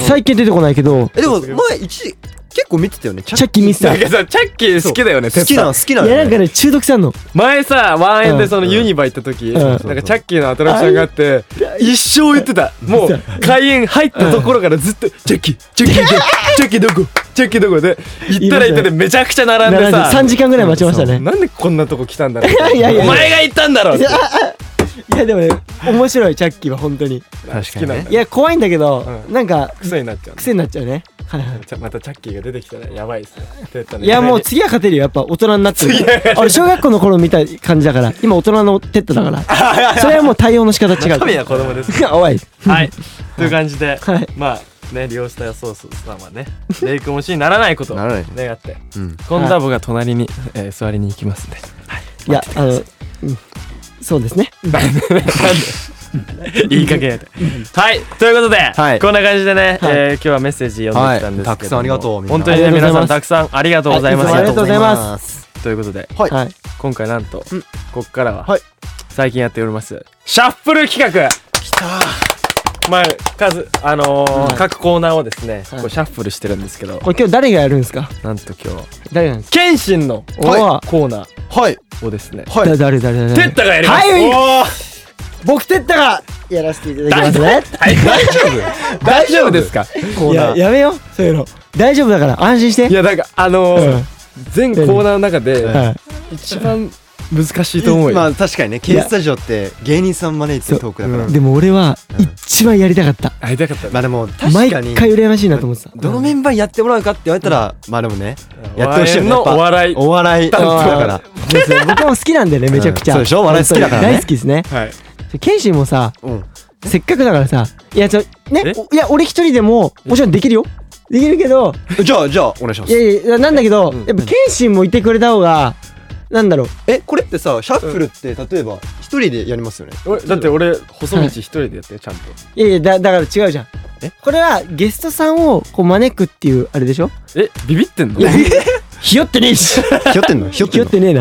S1: 最近出てこないけど
S3: えでも前一時結構見てたよねチ
S1: チャッキー見てた
S2: ないんかさチャッキー好きだよね
S3: 好きなの好きなの
S1: やなんかね中毒さんの
S2: 前さワンエンでそのユニバ行った時、
S1: ん
S2: なんかチャッキーのアトラクションがあって、一生言ってたもう開園入ったところからずっと「チャッキーチ
S1: <laughs>
S2: ャッキーチャッキーどこチャッキーどこ」で行ったら行ったでめちゃくちゃ並んでさ
S1: 3時間ぐらい待ちましたね
S2: なんでこんなとこ来たんだろう
S1: <laughs> いやいや
S2: お
S1: いや
S2: 前が行ったんだろうって
S1: いやでもね面白いチャッキーは本当に
S2: 好きなんだ
S1: いや怖いんだけど、
S2: う
S1: なんか
S2: 癖になっちゃう
S1: 癖になっちゃうねはいはい
S2: ちゃまたチャッキーが出てきたらやばいっすね出たね
S1: いやもう次は勝てるよやっぱ大人になってるから俺小学校の頃見た感じだから今大人のテッドだからそれはもう対応の仕方違う
S2: 神は子供です
S1: <laughs> おい
S2: はいという感じで、
S1: はい
S2: まあね利用したソース様ねレイクもしにならないことを
S3: ならない
S2: 願って
S3: うん
S7: 今度は僕が隣にえー座りに行きます
S2: <laughs>
S7: んで
S1: いやあの、うんそうですね
S2: いい加減やではいということで、
S3: はい
S2: こんな感じでね、
S1: はい
S2: えー今日はメッセージ読んできたんですけども、
S3: はいたくさんありがとうみんな
S2: 本当にね
S1: ありが
S2: 皆
S1: とうございま
S2: さん
S1: す
S2: たくさんありがとうございま
S1: はいいつも
S2: す、
S1: ありがとうございます
S3: す
S2: ということで
S3: はい
S1: はい
S2: 今回なんと、
S3: うん
S2: こっからは、
S3: はい
S2: 最近やっておりますシャッフル企画
S3: きた
S2: まあ数あのー
S1: はい
S2: 各コーナーをですね、
S1: はい
S2: こうシャッフルしてるんですけど
S1: これ今日誰がやるんですか
S2: なんと今日
S1: 誰なんですか
S2: 謙信の
S1: お
S3: はい
S1: お
S2: コーナ
S3: はい
S2: ーをですね
S3: はい
S1: だ誰誰誰
S2: テッタがやります、
S1: はい
S2: おー
S1: 僕テッタがやらせていただきますね
S2: 大丈夫大丈夫ですか
S1: いややめよそういうの大丈夫だ
S8: <laughs>
S1: から安心して
S2: いやなんかあのー
S1: うん
S2: 全コーナーの中で
S1: はい
S2: 一番
S8: 難しいと思うよ、
S3: まあ確かにね K スタジオって芸人さん招いてるトークだから、
S1: でも俺は
S3: うん
S1: 一番やりたかった
S8: 会いたかった
S3: まあでも確
S1: 毎
S3: か
S1: 回
S3: に
S1: 羨ましいなと思ってた
S3: どのメンバーやってもらうかって言われたら、まあでもねやってほしいよね
S8: のお笑い
S3: お笑いだから
S1: そうそう僕も好きなんだよねめちゃくちゃ、
S3: うんそうでしょ笑い好きだからね
S1: 大好きですね
S8: はい
S1: ケンシーもさ
S3: うん
S1: せっかくだからさいやちょね
S8: え
S1: おいや俺一人でももちろんできるよできるけど
S3: じゃあじゃあお願いしま
S1: いや
S3: す
S1: いやなんだけど、
S3: うん
S1: やっぱケンシーもいてくれた方がなんだろう
S3: えこれってさシャッフルって例えば一人でやりますよね
S8: 俺だって俺細道一人でやってちゃんと
S1: いやいやだだから違うじゃん
S3: え
S1: これはゲストさんをこう招くっていうあれでしょ
S8: えビビってんの
S1: いやひよってねえし
S3: ひよってんのひよっ
S1: ひ
S3: てん
S1: よっ
S3: の
S1: てねえ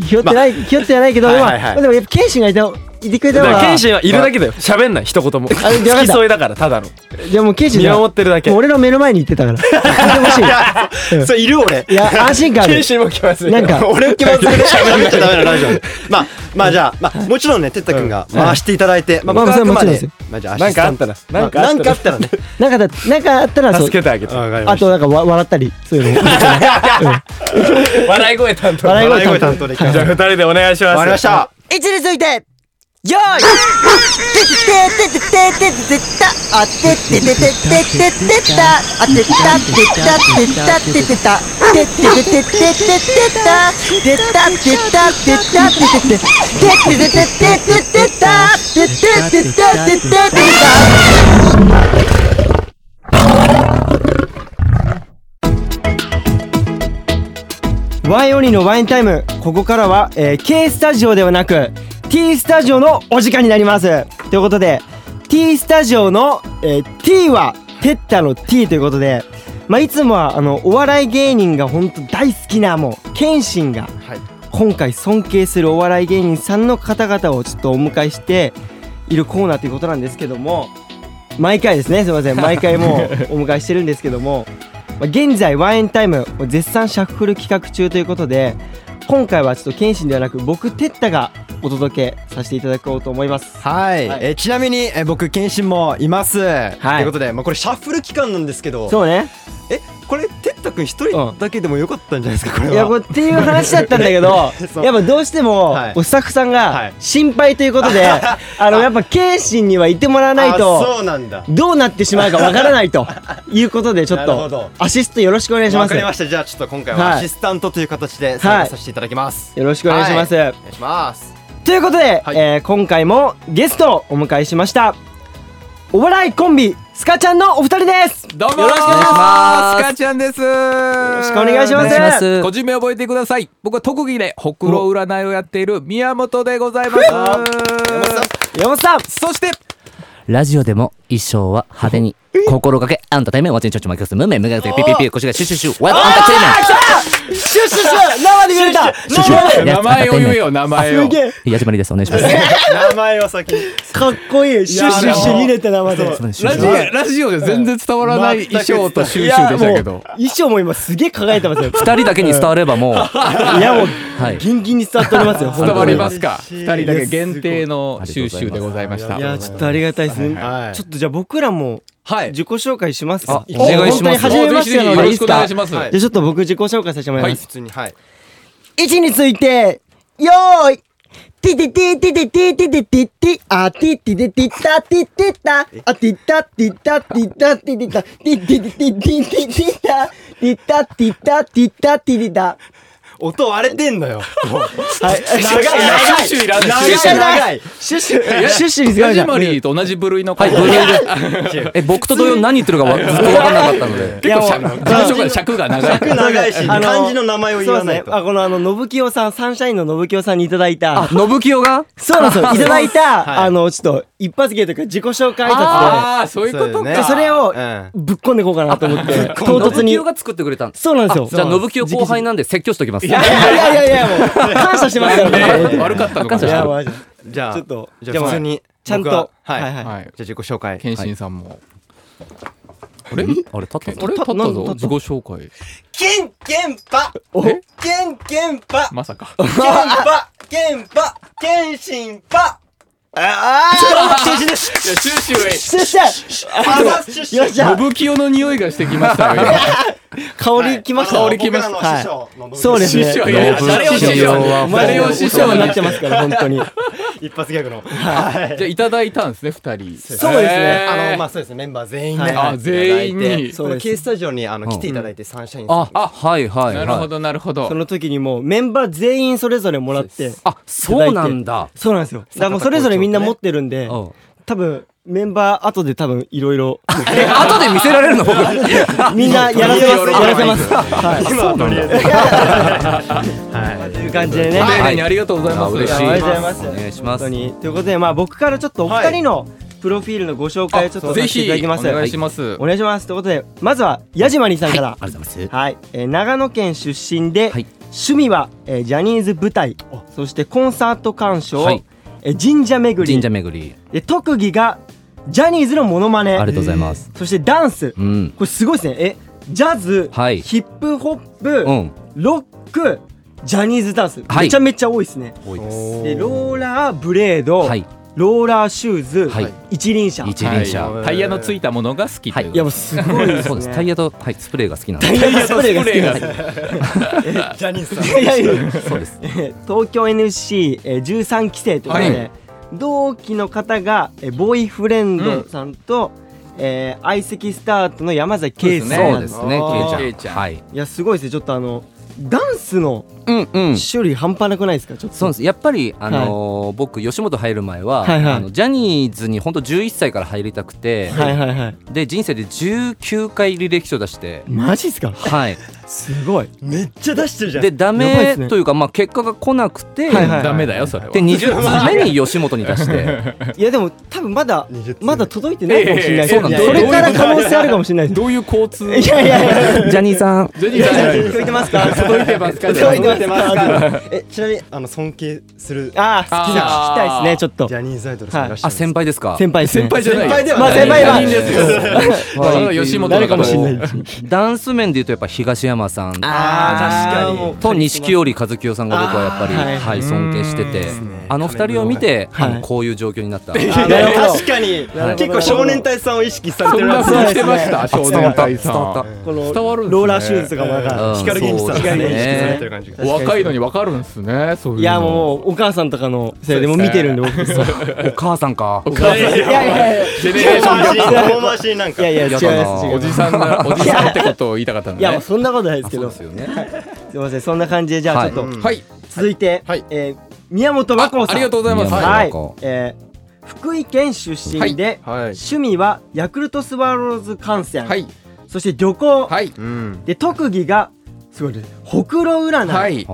S3: <laughs>
S1: なひよってないひよってはないけど、
S3: はいはいはい
S1: まあでもやっぱケンシーがいたいてくれた
S8: だ
S1: 方
S8: か
S1: が
S8: ら謙信はいるだけだよ喋んない一言も付
S1: あでわかっ
S8: き
S1: た
S8: 添いだからただの
S1: じゃあもうケンシー
S8: 見
S1: が
S8: 守ってるだけ
S1: もう俺の目の前に行って
S3: <laughs>
S1: たから聞いてほしい
S3: それいる俺
S1: いや安心感ある
S8: 謙信も気まずい
S1: なんか
S3: 俺気まずくね喋っちゃダメなラジ <laughs> オでまあまあじゃあまあもちろんね哲太くんが回していただいてまあ
S1: まあ
S3: 僕はあくま
S1: それはも
S3: で
S1: ちろん
S3: まあじゃあア
S8: な
S3: シ
S8: ん
S3: スタ
S8: かあ
S3: ン
S8: った
S3: ト
S8: ら
S3: ま
S8: な
S3: あ
S8: んかあ
S3: な
S8: っ
S3: んか
S8: た
S3: あったらね
S1: なんかだなんかあったら
S8: ら
S1: そう
S8: 助けてあげて
S3: わかりま
S1: あ
S3: した
S1: となんかわ笑ったりそう
S3: <laughs>
S1: いうのも
S8: 笑い声担当
S1: 笑い
S3: 笑い
S1: 声
S3: 声
S1: 担当
S3: 担当で
S8: じゃあ二人でお願いします
S3: わかりました
S9: 一列置いてよーいてててててててたあてててててててたあてたてたてたててたてててててててたてたてたてたてててててててててたてててててててた
S1: ワイオニのワインタイムここからは、えー K スタジオではなく T スタジオのお時間になりますということで T スタジオの、えー T はテッタの T ということで、まあ、いつもはあのお笑い芸人が本当大好きなもう謙信が、今回尊敬するお笑い芸人さんの方々をちょっとお迎えしているコーナーということなんですけども毎回ですねすいません毎回もうお迎えしてるんですけどもまあ現在ワインタイムを絶賛シャッフル企画中ということで今回はちょっと謙信ではなく僕テッタがお届けさせていただこうと思います
S3: はい、
S1: はい
S3: えーちなみに、えー僕謙信もいます、はい、ということで、まあ、これシャッフル期間なんですけど
S1: そう
S3: <laughs>
S1: ね
S3: えこれ哲太くん一人だけでもよかったんじゃないですかこれ
S1: いやこ
S3: は
S1: れっていう話だったんだけど
S3: <laughs> そう
S1: やっぱどうしても
S3: はい
S1: こうスタッフさん
S3: は
S1: が
S3: い
S1: 心配ということ
S3: <laughs>
S1: であのやっぱ謙信にはいてもらわない
S3: あ
S1: と
S3: そうなんだ
S1: どうなってしまうかわからないということでちょっ
S3: <laughs> なるほ
S1: と
S3: ど
S1: アシストよろしくお願いしま
S3: わ
S1: す
S3: かりま
S1: よ
S3: したじゃあちょっと今回は
S1: はい
S3: アシスタントという形で参加させていただきます、
S1: ろしくお願いします、
S3: お願いします
S1: ということで、
S3: はい
S1: えー今回もゲストをお迎えしましたお笑いコンビスカちゃんのお二人です
S10: どうも
S1: よろしくお願いします
S10: スカちゃんですよろ
S1: しくお願いします
S10: 個人名覚えてください僕は特技でほくろ占いをやっている宮本でございます
S1: 山本さん
S10: そして
S11: ラジオでも衣装は派手に心がけアンタテイメントワチンチョチマイクスムーメンムガクテピピピ腰がシュシュシュワッアンタテイメント
S1: シュッシュッシュ生で見れた
S11: シュシュ
S10: 名前を言え
S11: よ
S10: よ名前を
S11: やじまりですお願いします
S3: 名前を先に
S1: かっこいいシュッシュッシュ見れた生で
S11: そうです
S10: ラジオラジオで全然伝わらない衣装と収集でしたけ
S1: いやもう
S10: ど
S1: 衣装も今すげえ輝いてますよ
S11: 二人だけに伝われば
S1: <laughs>
S11: もうはい
S1: やもう
S11: い
S1: ギンギンに伝わっておりますよ
S11: 本当
S10: 伝
S11: に
S10: わりますすか二人だけ限定の収集でございました
S1: いやちょっとありがたいですね、
S3: はい
S1: ちょっとじゃあ僕らも
S10: はい
S1: 自己紹介しますか
S11: あお願いします
S1: 本当に初めましてなので
S10: よ
S1: い
S10: ろ
S1: いで
S10: し
S1: す
S10: くお
S1: か
S10: 願いします
S1: じゃあちょっと僕自己紹介させてもらいます、
S3: 普通にはい
S1: 位置についてよーいティティティティティティティティティティあティティティティタティティタあティタティタティタティティタティティティティティティタティタティタティタティティタ
S3: 音割れてんのよ
S1: はい長い
S10: 収集いらない
S1: 長い長いシュッシュシュッシュにすご
S10: ラ
S1: いじ
S10: ジ
S1: ゃん
S10: マリーと同じ部類の
S11: はい
S10: 方
S11: ブルーでえ僕と同様何言ってるかわずっと分からなかったので
S1: いやもう
S10: 自己紹介の尺が長い
S3: 長いし
S1: あの
S3: 漢字の名前を言わ
S1: そ
S3: ない
S1: うです
S3: と
S1: ねあこのあの信清さんサンシャインの信清さんにいただいた
S11: 信清が
S1: そうなんですよいただいたあのちょっと一発芸というか自己紹介挨拶で
S10: ああそういうこと
S3: だよ
S1: で
S10: か
S3: ね
S1: それを
S3: うん
S1: ぶっこんでいこうかなと思って唐突
S11: 信
S1: に
S11: 清が作ってくれたんです
S1: そうなんですよ
S11: じゃあ信清後輩なんで説教しときます
S1: いやいやいやいやもう感謝してますから
S3: <laughs>
S1: ね
S10: 悪かったのか
S1: いや
S10: な
S1: マジで
S3: じゃあ
S1: ちょっと
S3: じ
S1: で
S3: ゃあ
S1: も
S3: 普通に
S1: ちゃん
S3: 僕は
S1: と
S3: はい、
S1: はい
S3: じゃ
S1: は
S10: はい
S3: あ自己紹介
S10: 謙信さんも
S11: あれあれ立った
S10: あれ立った
S1: なんだ
S10: ぞ自己紹介
S9: ケンケンパ
S10: え
S9: ケンケンパ
S10: まさか
S9: ケンパケンパケンシンパ
S1: ああ中止です中止したよっしゃ
S10: 信清の匂いがしてきましたよ。
S1: 香りきました
S10: 香りきました
S1: はいそうですね
S10: 師匠いやいや誰を師匠
S1: 師匠は
S10: 誰を師匠
S1: に
S10: に
S1: なってますから本当に
S8: 一発ギャグの。
S10: じゃあいただいたんですね
S1: そ
S10: 二人。
S1: うですね
S10: あ
S8: あ
S10: の
S8: の、
S10: ま
S8: まあそうですね、メンバー全員
S1: は
S8: ね
S1: い。
S10: あ全員に。
S1: そうです
S3: K スタジオにあの来ていただいてサンシャインさ
S11: あ、あ、はいはい
S10: なる
S11: は
S10: ほ
S11: い。
S10: どなるほど
S1: そ。の時にもうメンバー全員それぞれもらって
S11: あ、そうなんだ。
S1: そうなんですよだからもうそれぞれみんな持ってるんで
S11: うん
S1: 多分メンバー後で多分いろいろ
S11: え、後で見せられるの僕。
S1: みんなやらせますやらせますはい
S8: 今とりあえず。
S1: という感じでね
S10: 丁
S1: はい
S10: 寧にありがとうございます。
S11: 嬉し
S1: ありがとうござい
S11: い。
S1: ます
S11: お願いし
S1: 本
S11: ま
S1: 当
S11: す。
S1: にということでまあ僕からちょっとお二人のプロフィールのご紹介をちょっとさ
S10: ぜ
S1: せてい
S10: ひ
S1: ただき
S10: お
S1: ます
S10: 願いします
S1: お。願いしますということでまずは矢島にさんから
S11: ありがとうございます。
S1: はい、えー長野県出身で、
S11: はい
S1: 趣味は、えージャニーズ舞台そしてコンサート鑑賞、
S11: はい
S1: えー神社巡り
S11: 神社巡り。
S1: で特技がジャニーズのモノマ
S11: あ
S1: ネ
S11: りがとうございます。
S1: そしてダンス、
S11: うん。
S1: これすごいですねえジャズ、
S11: はい
S1: ヒップホップ、
S11: うん。
S1: ロックジャニーズダンス、
S11: はい
S1: めちゃめちゃ多いですね
S11: 多いです。
S1: でローラーブレード、
S11: はい。
S1: ローラーシューズ、
S11: はい
S1: 一輪車
S11: 一輪車。
S10: タイヤのついたものが好きという。
S11: はい
S1: やもうすごいですね
S11: そうです。タイヤと、はい、スプレーが好きなん
S1: タイ
S11: で。
S1: ヤのスプレーが好きなんです
S8: ジャニーズさん。
S1: いやいやいや
S11: そうです。
S1: えー東京 NSC13、えー13期生ということで、
S10: は
S1: 同期の方が、えーボーイフレンドさんと相、えー相席スタートの山崎圭
S10: そ
S1: さ
S10: うんで
S11: そうですね、
S10: あー
S11: ケ
S10: ケ
S11: イ
S10: イ
S11: ち
S10: ち
S11: ゃ
S10: ゃ
S11: ん。
S10: ん
S11: はい。
S1: いやすごいですねちょっとあのダンスの
S11: うんうん。
S1: 種類半端なくないですかちょっと
S11: そうなんですやっぱり、あのー僕吉本入る前は、
S1: はいはい
S11: あのジャニーズに本当11歳から入りたくて、
S1: はいはいはい
S11: で人生で19回履歴書出して、
S1: マジっすか <laughs>
S11: はい、
S1: すごい
S8: めっちゃ出してるじゃん。
S11: でダ
S1: やばい
S11: メ
S1: っすね
S11: というか、まあ、結果が来なくて、
S1: はいはい
S10: ダメだよそれは。
S11: で20通目に吉本に出して
S1: いやでも多分まだ
S8: 20
S1: まだ届いてないかもしれないです、
S10: ええええ
S1: いや
S10: そ
S1: そ
S10: うなんだ
S1: れから可能性あるかもしれないです
S10: <laughs> どういう交通？
S1: いやいやいや
S11: ジャニーさん
S10: ジェニーさん
S1: <laughs> 届いてますか
S10: 届いてますか？
S8: <laughs>
S1: 届いてますか
S8: え、ちなみに、あの、尊敬するジ
S1: ああ好きな聞きたいですねちょっと
S8: ャニーズアイドルさんいらっしゃ
S11: あ
S8: るんです
S11: 先輩ですか
S1: 先輩ですね
S10: 先輩じゃない。
S8: 先輩では
S1: まあ先輩は
S10: 芸人ですよ。
S11: はい
S10: あの吉本
S1: 誰
S10: の
S1: かもしれ
S10: 方。
S1: ない
S11: ダンス面で言うとやっぱ東山さん
S1: あ
S8: ー確かに
S11: と錦織一清さんが僕はやっぱり、
S1: あー
S11: は
S1: はいい
S11: 尊敬しててあの二人を見て、
S1: はい
S11: あのこういう状況になった、
S8: あ
S1: なるほど
S8: 確かに
S1: なるほど
S8: 結構少年隊さんを意識され
S10: そ
S8: て
S10: ん
S8: る
S10: な
S8: な
S10: 風にしてました。少年隊さ
S11: 伝わった
S10: ん。
S1: この
S10: 伝わるんですね
S1: ローラーシューズとかもなんか <laughs>
S11: うん
S8: 光源氏さん
S11: そう
S8: がね
S11: です
S8: 意識されて
S11: ね
S8: る感じが
S10: お若いのにわかるんですね。そういうの。
S1: いやもうお母さんとかのせいでもう見てるんで僕そう
S11: お母さんか
S10: お母さん。
S1: いやいやいや
S10: ジェネレーションギャップ
S8: 遠回しになんか
S1: いやいや違い
S11: や
S1: ま
S11: だ
S1: す
S11: な
S1: 違い
S10: お
S1: ます
S10: じさんがおじさんってことを言いたかったん
S1: いやも
S10: だ
S1: う
S10: ね。
S1: そんなことないですけ
S11: そう
S1: ど
S11: ですすよね
S1: いませんそんな感じでじゃ
S11: は
S1: あ
S11: い
S1: ちょっと
S10: はい。
S1: 続いて
S8: はい
S1: えー宮本和
S10: あ
S1: 光さん
S10: ありがとうございます。
S11: 宮本
S1: はい
S11: 和光
S1: えー福井県出身で
S8: はい
S1: 趣味はヤクルトスワローズ観戦
S10: はい
S1: そして旅行
S10: はい
S8: うん
S1: で特技がすごいねほくろ
S10: は
S1: 占い
S10: い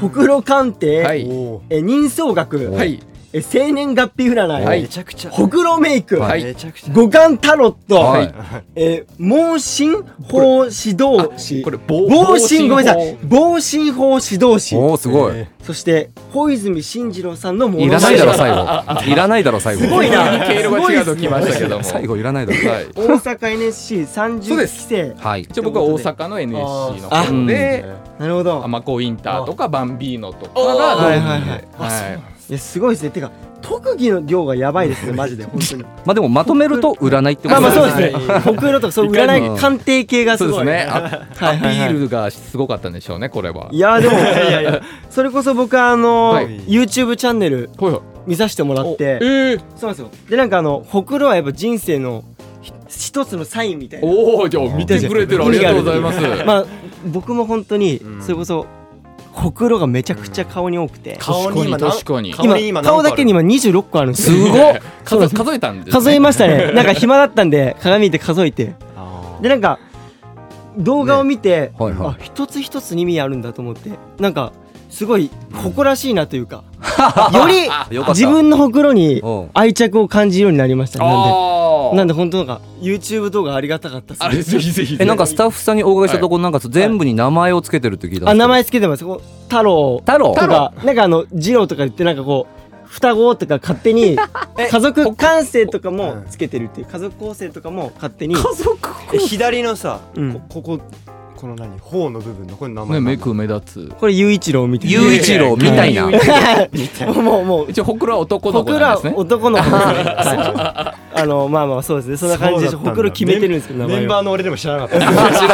S1: ほくろ鑑
S10: は
S1: 定
S10: い
S8: おー
S1: えー人相学
S10: はい
S1: えー生年月日
S10: は
S1: 占
S10: い
S1: い
S8: めちゃくちゃ
S1: ほくろメイク
S11: はい
S10: はい
S8: めちゃくちゃ
S1: 五感タロット、
S11: はい
S1: えー、盲信法指導士
S10: これ棒
S1: 盲信ごめんなさい盲信法指導士
S11: おおすごい、
S1: そして小泉進次郎さんのも
S11: いらないだろ最後いらないだろ最後
S1: すごいな
S10: 毛色が違うときましたけど
S11: <laughs>
S10: も。
S11: 最後いらないだろ
S10: はい。
S1: 大阪 NSC30 期生
S11: はい
S10: 一応僕は大阪の NSC の
S1: あ
S10: 方で、
S1: なるほど
S10: アマコインターとかバンビーノとか
S1: あ
S10: が
S1: はい
S10: 同
S1: はい
S10: 期
S1: はい
S10: ではい
S1: いやすごいですねてか特技の量がやばいですねマジで本当に
S11: まあでもまとめると占いってこと
S1: まあまあそうですねほくろとかそういう
S10: いかに
S1: 占
S10: も
S1: い鑑定系がす
S10: そうで
S1: ご
S10: す
S1: い
S10: ね。あ
S1: はい
S10: アピ
S1: はいはい
S10: ールがすごかったんでしょうね、これは。
S1: いやでもそれこそ僕はあの
S10: はい
S1: ー YouTube チャンネル
S10: ほいほい
S1: 見させてもらっ
S10: え
S1: て
S10: ー
S1: そうなんですよでなんかあのほくろはやっぱ人生のひ一つのサインみたいな
S10: おお、じゃあ見てくれてるありがとうございます。
S1: まあ僕も本当にそれこそほくろがめちゃくちゃ顔に多くて、
S8: 顔に今
S10: 確かに確か
S8: 顔
S1: 今
S8: に今何個あ
S1: 顔
S8: る
S1: だけに今26個あるんですよ
S10: すごい
S1: そうなんです
S10: 数数えたんですね。
S1: 数えましたねなんか暇だったんで鏡で数えてでなんか動画を見て、
S11: はいはい
S1: あ一つ一つに意味あるんだと思ってなんかすごい誇らしいなというか、より
S11: よかった
S1: 自分のほくろに
S11: うん
S1: 愛着を感じるようになりましたねなんで
S10: ああ。
S1: なんで本当なんか YouTube 動画ありがたかったっす
S10: あれぜひぜひ。
S11: えなんかスタッフさんにお伺いしたところなんか全部に名前をつけてるって聞いたんですけど
S1: あ名前つけてますこう太郎
S11: 太
S1: と
S11: 郎
S1: かなんかあの二郎とか言ってなんかこう双子とか勝手に家族関係とかもつけてるっていう家族構成とかも勝手に
S8: え左のさ
S1: うん
S8: こここ
S3: この何頬の部分のこれ名前
S10: ね、
S3: なんだ
S10: 目く目立つ。
S1: これ、雄一郎みたいな。
S11: 雄一郎みたいな。
S1: もう、もう、
S10: 一応、ほくろは男の子
S1: 僕
S10: なん
S1: ら
S10: ですね。
S1: 男の子ですね。はいあの、まあまあ、そうですね。そんな感じで、
S3: そうだったんだ
S1: ほくろ決めてるんですけど、名前を
S3: メンバーの俺でも知らなかった
S1: いやもう知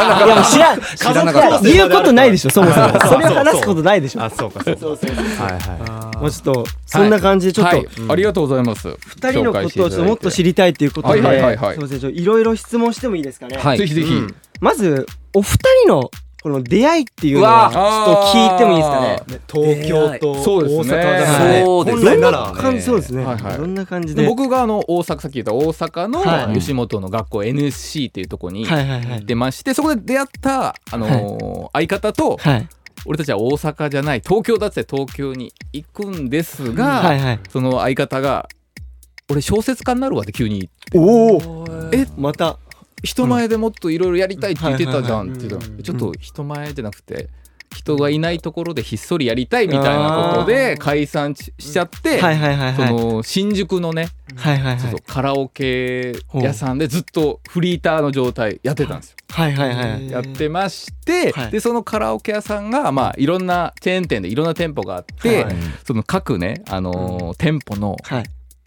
S1: らん知らなかった言うことないでしょそもそもそれを話すことないでしょ
S3: <laughs> あそうかそうかはいは
S1: もうちょっとそんな感じでちょっ
S10: は
S1: と
S10: い、ありがとうございます。
S1: 二
S10: 二
S1: 人のことをちょっともっと知りたいということで
S10: はいはいはい
S1: そうですねいろいろ質問してもいいですかね
S11: はい
S10: ぜ。ひぜひ。
S3: うん
S1: まずお二人のこの出会いっていうのをちょっと聞いてもいいですかね
S3: いね東京と
S10: そう
S3: 大
S10: ですね
S3: 阪だ
S10: はい
S11: そうです
S3: 本来
S11: ね。
S3: なら
S1: 感じそうですね
S10: はいはい
S1: どんな感じ
S10: で
S1: で
S10: 僕があの大阪さっき言った大阪
S1: は
S10: の
S1: い
S10: 吉本の学校 NSC っていうところに
S1: は
S10: 行
S1: いはいはい
S10: ってましてそこで出会ったあのー相方と
S1: はい
S10: 俺たちは大阪じゃない東京だって東京に行くんです
S1: はい
S10: が
S1: はい
S10: その相方が「俺小説家になるわ」って急に
S1: おお
S10: え
S1: また
S10: 人前でもっといろいろやりたいって言ってたじゃんって言
S1: はい
S10: った
S1: はいはい
S10: らちょっと人前じゃなくて人がいないところでひっそりやりたいみたいなことで解散ししちゃって
S1: はいはいはい
S10: そ
S1: はい
S10: の新宿のね
S1: はいはい
S10: そ
S1: は
S10: う
S1: い
S10: そうカラオケ屋さんでずっとフリーターの状態やってたんですよ。
S1: はいはいはい
S10: やってまして、
S1: はい
S10: でそのカラオケ屋さんが、まあ、いろんなチェーン店でいろんな店舗があって、
S1: はい
S10: その各ね、あのー店舗の
S1: はい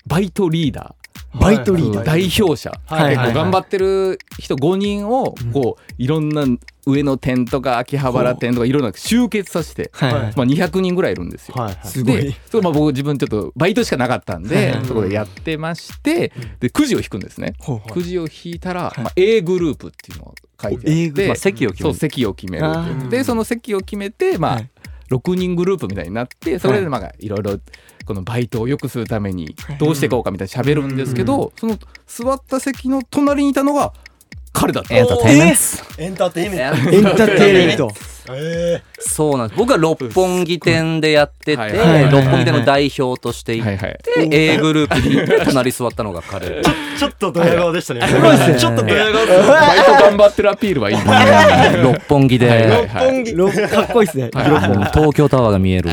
S10: バイトリーダ
S1: バイトリ
S10: ー、
S1: ーダー
S10: 代表者、
S1: はいはいはい
S10: 結構頑張ってる人5人をこういろんな上野店とか秋葉原店とかいろんな集結させて、
S1: はいはい
S10: まあ、200人ぐらいいるんですよ。
S3: はいはい
S1: すごい
S10: でそれまあ僕自分ちょっとバイトしかなかったんで、
S1: はいはい
S10: そこでやってまして、でくじを引くんですね、
S1: ほうほう
S10: くじを引いたら、まあ、A グループっていうのを書いてあ
S1: A グルー
S10: っ
S1: プ
S10: て、
S1: まあ
S11: 席を決める
S10: そう席を決めるっていう
S1: あー
S10: でその席を決めてまあ、
S1: はい
S10: 6人グループみたいになってそれでまあいろいろこのバイトを良くするためにどうしていこうかみたいな喋るんですけど、その座った席の隣にいたのが彼だった
S11: エンターテイメン
S3: エンターテイメン
S11: ト。
S1: エンターテイメント
S3: トえ
S11: そうなんです。僕は六本木店でやってて、
S10: はいはい
S1: はい
S11: 六本木店の代表として行
S10: は
S11: っ
S10: いはい
S11: て、A グループに隣座ったのが彼。
S3: ーちょっとドヤ顔でしたね
S1: ごいっすね
S3: ちょっとドヤ顔で
S10: バイト頑張ってるアピールはいいねは
S11: <laughs> 六本木
S10: いは
S11: で
S10: い、はい
S1: ろかっこいいですね。
S11: もう東京タワーが見える。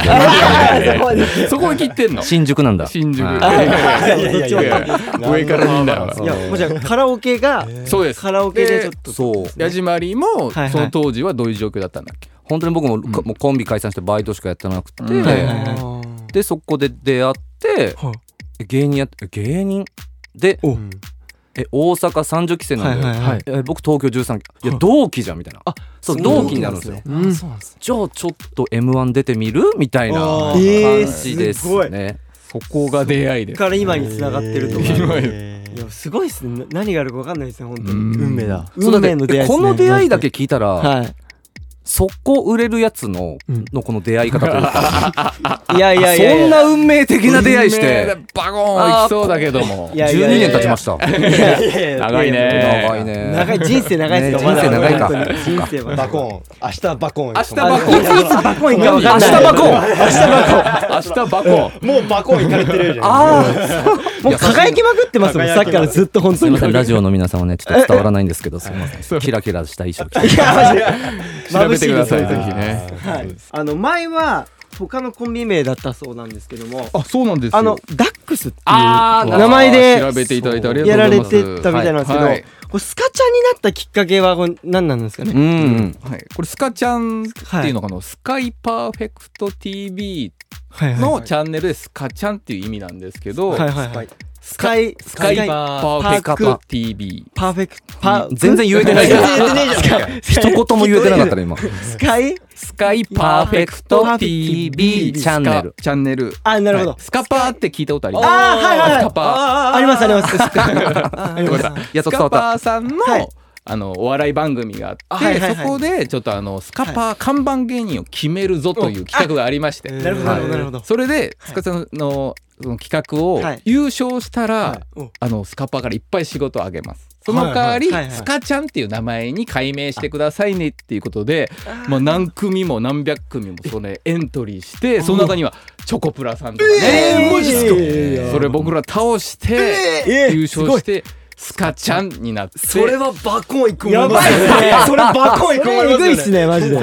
S10: そこを切ってんの
S11: 新 <laughs> 宿なんだ。
S10: 新宿
S11: はい
S1: どっちも
S10: いやいや上から見んだ
S11: そ
S10: よ
S11: う
S1: いや、もうじゃあカラオケが、
S10: そうです
S1: カラオケでちょっと。
S11: そう。
S10: 矢島りも
S1: はい
S10: その当時はどういう状況だったんだっけ
S11: 本当に僕も,、もうコンビ解散してバイトしかやってなくて、
S10: うん
S1: はいはいは
S11: でそこで出会って
S1: は
S11: え芸人やってえ芸人で
S1: お
S11: え大阪30期生なんで、
S1: はいはいはい
S11: え僕東京13期いや同期じゃんみたいなあそう同期になるんですよ
S1: い。うん。
S11: じゃあちょっと m 1出てみるみたいな
S3: あ
S11: 感
S1: ー
S11: じですね、
S10: そこが出会いで
S1: から今に繋がってるとか。
S10: 今
S1: い
S3: えー
S1: や、すごいっすね。な何があるかわかんないですね、本当
S10: うん
S1: に。
S3: 運命だ
S11: そう
S1: 運命の
S11: だって
S1: 出会いっすね。
S11: この出会いだ
S1: マ
S11: け
S1: ジで。
S11: 聞いたら、
S1: は
S11: 速攻売れるやつののこの出会い方というか、
S1: い。 <laughs> いやいやいやいや。
S11: そんな運命的な出会いして
S10: バゴーン行きそうだけども
S1: いやい
S11: 12
S1: やいや
S11: 年経ちました
S1: <laughs> いやいやいや
S10: 長いね
S11: 長いね
S1: 長い、人生長いっすよ、
S11: ね
S1: まだ
S11: 人生長いか
S1: 本当に人生は。
S3: バコーン明日バコーン明日
S10: バコーン
S1: いついつバコン行くかわかんな
S11: 明
S1: い。
S11: 日バコン
S10: <laughs> 明日バコーン
S3: もうバコーン行かれてるじゃん
S1: もう輝きまくってますもん、さっきからずっと本
S11: す
S1: 当
S11: み
S1: に。
S11: ません、ラジオの皆様ね、ちょっと伝わらないんですけど、すみません。キラキラした衣装着て。
S1: いや、マジで。
S10: 調べてください
S1: 眩し
S10: ぜ
S1: です
S10: ひね
S1: はい。あの、前は、他のコンビ名だったそうなんですけども、
S10: あそうなんですよ
S1: あの、ダックスっていう
S10: あー
S1: 名前で
S10: 調べていただいてあり
S1: や
S10: が
S1: ら
S10: とう
S1: れ
S10: ござい
S1: て
S10: ます
S1: たみたいなんですけど、
S10: はい
S1: これスカちゃんになったきっかけはこれ何なんですかね、
S11: うん。
S10: はいこれスカちゃんっていうのかなスカイパーフェクト TV
S1: はいはい
S10: のチャンネルでスカちゃんっていう意味なんですけど
S1: はいはいはい
S10: ス
S1: スカイ
S10: スカイパーフェク
S1: パー
S10: ト TV
S1: パーフェクトパー
S11: 全然言えてない
S1: 全 <laughs> 然言えてねえじゃん
S11: 一言も言えてなかったね、今。
S1: スカイ
S10: スカイパーフェクト TV
S11: チャンネル
S10: スカチャンネル
S1: あなるほど、
S10: はいスカパーって聞いたことあります
S1: あーはいはいはい
S10: スカパ
S1: あり <laughs> ますありますあ
S10: ー
S1: り
S10: ご
S1: ま
S10: めん
S1: す
S10: なさい
S11: やっと
S10: ス
S11: 伝わ
S10: カ
S11: っ
S10: パ
S11: た。
S10: ーさんの,、
S1: はい
S10: あのお笑い番組があって、
S1: あはいはいはい
S10: そこでちょっとあのスカパー看板芸人を決めるぞという企画がありまして、
S1: なるほどなるほどなるほど
S10: それでスカちゃんのその企画を
S1: はい
S10: 優勝したら、
S1: はいお
S10: あのスカパーからいっぱい仕事をあげますその代わり、
S1: はいはいはいはい
S10: スカちゃんっていう名前に改名してくださいねっていうことでもう何組も何百組もそれエントリーしてその中にはチョコプラさんとかね、
S1: えーマジっすか
S10: それ僕ら倒して、
S1: えー
S10: 優勝してスカちゃんになって
S3: それはバコーン行くもん
S1: やばいっすね
S3: それバコーン行
S1: こ
S3: くもん
S1: れえぐいっすねマジで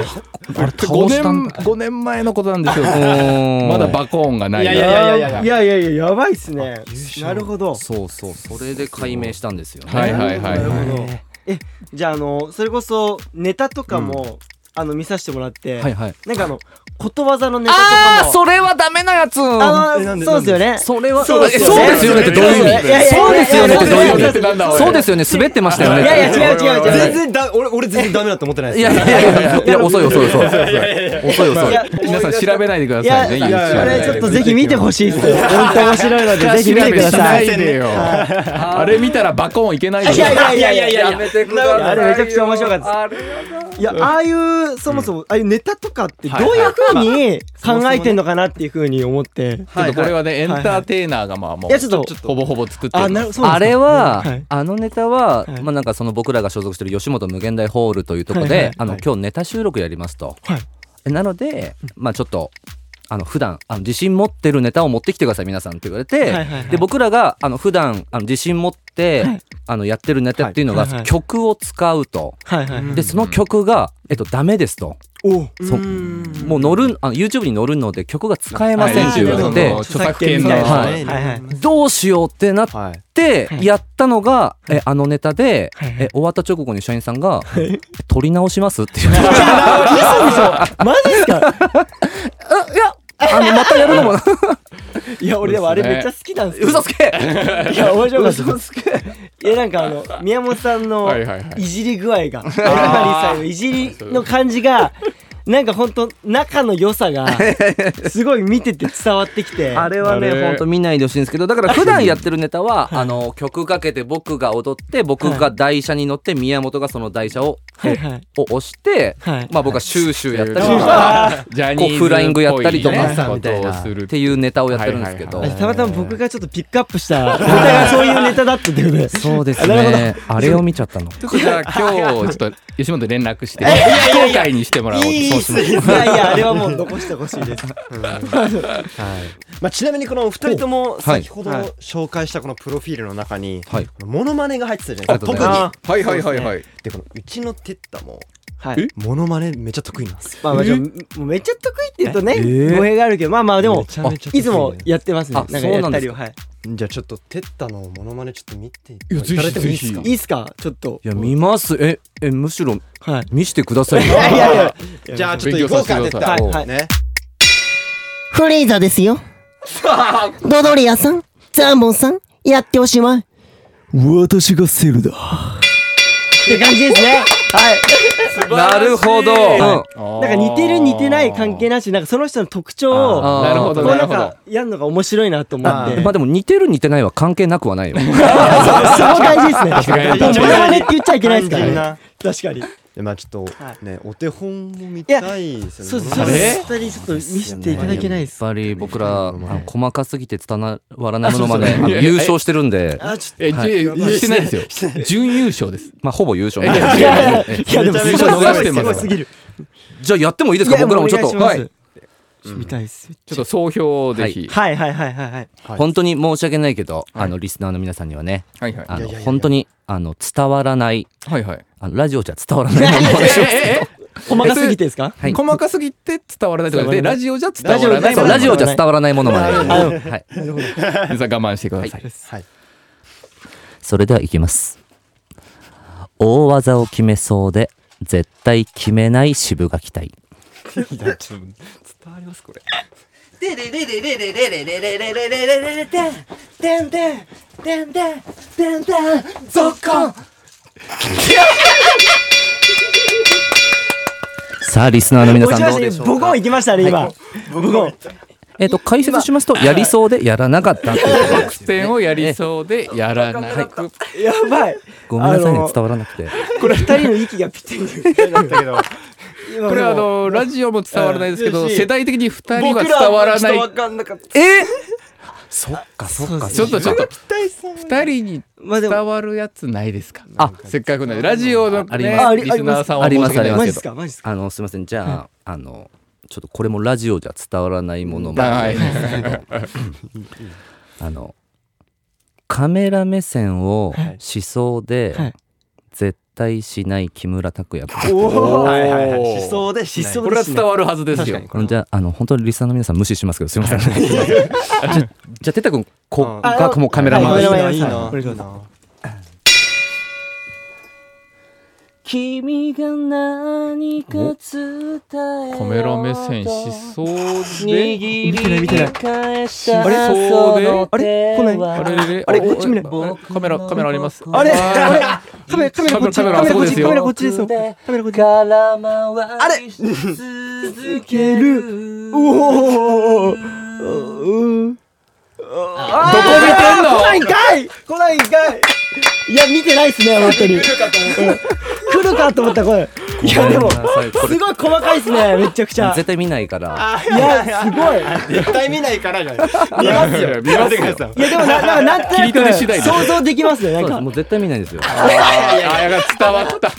S10: 5年5年前のことなんですよ <laughs> ま
S11: ま
S10: だバコーンがない
S3: いやい
S1: や
S3: や
S1: いやいやいやいややばいっすねなるほど
S11: そうそう。それで解明したんですよね。
S10: はいはいはい
S1: なる
S10: は
S1: ほど
S10: い
S1: えじゃああのそれこそネタとかも、あの見させてもらって、
S10: はいはい。
S1: なんかあのことわざのネタと
S11: あ
S1: か
S11: ー
S1: も
S11: それはダメなやつ
S1: あのそうですよね
S11: それは
S1: そうですよね
S11: そうですよねってどういう意味
S1: いやいやいや
S11: そうですよねってどういう意味
S1: そうそうそう
S11: そうですよね滑ってましたよね
S1: いやいや違う違う違う
S3: 全然だ俺俺全然ダメだと思ってないです
S11: いやいやいやいやいや遅い遅い遅い遅い遅い
S10: 皆さん調べないでくだ
S1: いや、
S10: さいね。
S1: あ
S10: YouTube
S1: のこれちょっとぜひ見てほしいです。本当面白いので、ぜひ見てください。
S10: 調べしないでよ。あれ見たらバコーンいけないで
S1: い
S10: しょ
S1: やいやいやいやいや、
S2: めてください
S1: あれめちゃくちゃ面白かったです。いや、ああいう、そもそも、ああいうネタとかって、どういうふうに考えてんのかなっていうふうに思って。
S10: ちょっとこれはね、エンターテイナーがまあもう、
S1: いやちょっと
S10: ほぼほぼ作って
S1: あ、
S10: る
S1: なるそうなん
S11: あ
S1: です
S11: れ
S1: か
S11: は、
S1: はい
S11: あのネタは、
S1: はい
S11: まあなんかその僕らが所属してる吉本無限大ホールというところで、
S1: はいはいはい
S11: あの今日ネタ収録やりますと、
S1: はい
S11: えなので、まあちょっとあの普段あの自信持ってるネタを持ってきてください皆さんって言われて、
S1: いはいはい
S11: で僕らがあの普段あの自信持って、
S1: はい
S11: あのやってるネタっていうのが、
S1: はいはいはい
S11: 曲を使うと。
S1: はいはい。
S11: でその曲が、えっと、ダメですと
S1: お
S11: そうもう載るあの YouTube に載るので曲が使えませんって言われ
S10: は
S11: て
S10: い著作権の
S1: はいはいはい。
S11: どうしようってなっ
S3: はい
S11: で
S1: はい
S11: やったのが、えあのネタで、
S1: はいはい
S11: え終わった直後に社員さんが「撮り直します?」って言って「いや
S1: マジですか
S11: あのまたやる
S1: <laughs>
S11: のも
S1: いや、俺でもあれめっちゃ好きなんですけど
S11: 嘘つけ
S1: いや、面白かったです。いや、なんかあの、宮本さんの
S10: はいはいはい
S1: いじり具合が、エブリさんのいじりの感じが、なんかほんと、仲の良 <laughs> さが、すごい見てて伝わってきて。
S11: あれはね
S10: あれ
S11: ほんと見ないでほしいんですけどだから普段やってるネタは、あの曲かけて僕が踊って僕が台車に乗って宮本がその台車を,、
S1: はいはい。
S11: を押して、
S1: はい
S11: まあ、僕はシューシューやったりとか、
S10: あージャニーズっぽいね
S11: こうフライングやったりとか
S10: そういうことをする
S11: っていうネタをやってるんですけど、
S10: はいはいはい
S1: たまたま僕がちょっとピックアップしたネタがそういうネタだったってことで
S11: そうです
S1: なる
S11: ねあれを見ちゃったの
S10: ちょっとじゃあ今日ちょっと吉本に連絡して非公開にしてもらおうと
S1: いいう
S10: そ
S1: っ
S10: し
S1: す
S10: ま
S1: い
S10: す
S1: やいやあれはもう残してほしいです
S3: まあ、ちなみにこのお二人とも
S11: はい
S3: 先ほど紹介したこのプロフィールの中に、
S11: はい
S3: モノマネが入ってたじゃないですか特
S11: あ
S3: に
S10: はいはいはいはい
S3: でこのうちのテッタも
S1: はい
S3: モノマネめっちゃ得意なんですよ
S1: まあまあでももうめっちゃ得意って言うとね語弊があるけどまあまあでも
S3: めちゃめちゃ得意
S1: いつもやってますね
S11: あ
S1: なんかやったりを
S11: そうなんですか
S1: はい
S3: じゃあちょっとテッタのモノマネちょっと見てい
S10: いやぜ
S3: ただい
S10: ひ
S3: てもい
S10: ぜ
S3: いです
S10: ひ
S3: か
S1: いいっすかちょっと
S11: いや見ますええむしろ
S1: はい
S11: 見してくださいよ
S1: いやいや
S3: じゃあちょっと行こうかテッ
S10: 勉強させてくだ
S3: タ
S10: さ
S1: いはいはい
S3: ね
S9: フレーザーですよ。ドドリアさん、ザーボンさん、やっておしまい。
S1: 私がセルだって感じですねはい
S11: なるほど、うん
S1: なんか似てる似てない関係なしなんかその人の特徴を
S11: あーなるほ
S10: ど
S1: こうなん
S10: なるほ
S1: かやるのが面白いなと思って
S11: まあでも似てる似てないは関係なくはないよ。
S1: そこ大事ですね。
S10: 確
S1: も
S10: か
S1: う
S10: に
S1: モノマネって言っちゃいけないですから
S3: 肝
S1: ね。確か
S3: 心な
S1: に。
S3: でまあちょっとねお手本も見
S1: や
S3: たいです
S1: そ
S3: よね
S1: うです。
S3: モ
S1: そ
S3: ノ
S1: う
S3: マネ
S1: です。二人ちょっと見せていただけない
S11: や
S1: で
S11: っ
S1: す。
S11: ぱり僕らあの細かすぎて伝わらない
S10: あ
S11: も
S10: そうそ
S11: の
S10: う
S11: まであの
S10: いや
S11: 優勝してるんで、
S1: あ、ちょっ
S10: え、
S11: はい
S10: いやいやしてないですよ準優勝です
S11: まあほぼ優勝
S10: え
S11: なんで
S10: いやいや
S1: と。いや、でも、
S10: め
S1: す
S10: ち
S1: ご
S10: ゃ
S1: いすご
S10: めちゃすご
S1: い
S10: い
S1: すぎる。
S11: じゃあやってもいいです
S1: い
S11: か
S1: や
S11: 僕らもちょっ
S1: お
S11: と、
S1: 願いし
S11: は
S1: ます見たいです。
S10: ちょっと総評をぜひ
S1: はいはいはいはいはい。
S11: い本当に申し訳ないけど、あのリスナーの皆さんにはね、
S10: はいはい
S11: あ
S3: いやいや
S11: の
S3: いやいや
S11: 本当にあの伝わらない、
S10: はいはい
S11: あのラジオじゃ伝わ
S1: <laughs>
S11: らないものをお願いしますけど
S1: 細かすぎてですか
S11: はい
S10: 細かすぎて伝わらないとかでラジオじゃ伝
S1: ラジ
S10: わ
S1: オ
S10: らない
S1: そ
S11: そううラジオじゃ伝わらないものまで、はい、
S10: 皆さん我慢してください
S3: はい
S11: それではいきます大技を決めそうで絶対決めない渋垣隊
S9: でででででででででででででででででんでんでんでんでんでんぞっこん
S11: さあリスナーの皆
S1: 落
S11: さ
S1: ちま
S11: んどうで
S1: し
S11: したょ
S1: ね。
S11: う
S1: ボコン行きましたね、今。ボコン。
S11: えっと解説しますとやりそうでやらなかったっていうことです
S10: 得点をやりそうでやらない
S1: やばい。
S11: ごめんなさい
S1: あ
S11: ね
S1: の
S11: 伝わらなくて
S1: これ二人の息がぴったりだったけど。
S10: こ
S1: こ
S10: れはあのラジオも伝わらないですけど
S3: うん
S10: 世代的に二人は伝わらない
S11: えそっかそっか
S10: ちょっとちょっと二人に
S1: まあで
S10: 伝
S1: も、
S10: わるやつないですか
S11: あ
S10: せっかくなんでラジオの
S11: あ
S10: ね
S11: り
S10: リス
S11: ます
S1: ああり
S11: あります
S10: ナーさんは申し訳
S11: あり
S10: な
S1: マ
S10: い
S1: ジっ
S10: です
S1: す
S10: けど
S1: かマジっすか
S11: あのすいませんじゃああのちょっとこれもラジオじゃ伝わらないものまで
S10: はい
S11: あのカメラ目線を
S1: はい
S11: しそうで、
S1: はい
S11: 絶対しない木村拓哉君
S1: おー
S3: はいはいはい
S10: おー
S3: 思想で
S1: 失踪
S10: これ
S1: で
S10: は
S1: す
S10: 伝
S1: ね。
S10: わるはずですよ
S11: じゃああの本当にリスナーの皆さん無視しますけどすいませんじゃじゃあ哲太君こ
S1: あ
S11: がもうカメラマン
S1: は
S11: で
S1: い
S11: す
S1: カメラマン
S3: いい
S1: は
S3: ないいいな
S11: 君が何か伝えようと
S10: カメラ目線しそうで。
S11: 握
S1: 見てない見てない
S11: り返した
S10: あれそうで
S1: あれ来ない
S10: あれれれ
S1: あれこっち見ない
S10: カメラ、カメラあります。
S1: あれあれ
S10: ー
S1: カメラカメラこっち
S10: カメラカメラあそこですよ
S1: カメラこっちですよカメラこっち
S11: から回り続ける
S1: おおうんあどこ見てんの来ないんかい来ないんかいいや見てないっすね本当に来るかと思ったこれいやでもすごい細かいっすねめちゃくちゃ
S11: 絶対見ないから
S1: いやすごい
S8: 絶対見ないからじゃない。見ますよ。見ますよ。
S1: いやでもななんかなんとな
S10: 切り取り次
S1: く
S10: 第で
S1: 想像できますねなん
S11: そうです
S1: か
S11: もう絶対見ないですよ
S10: あやが伝わった。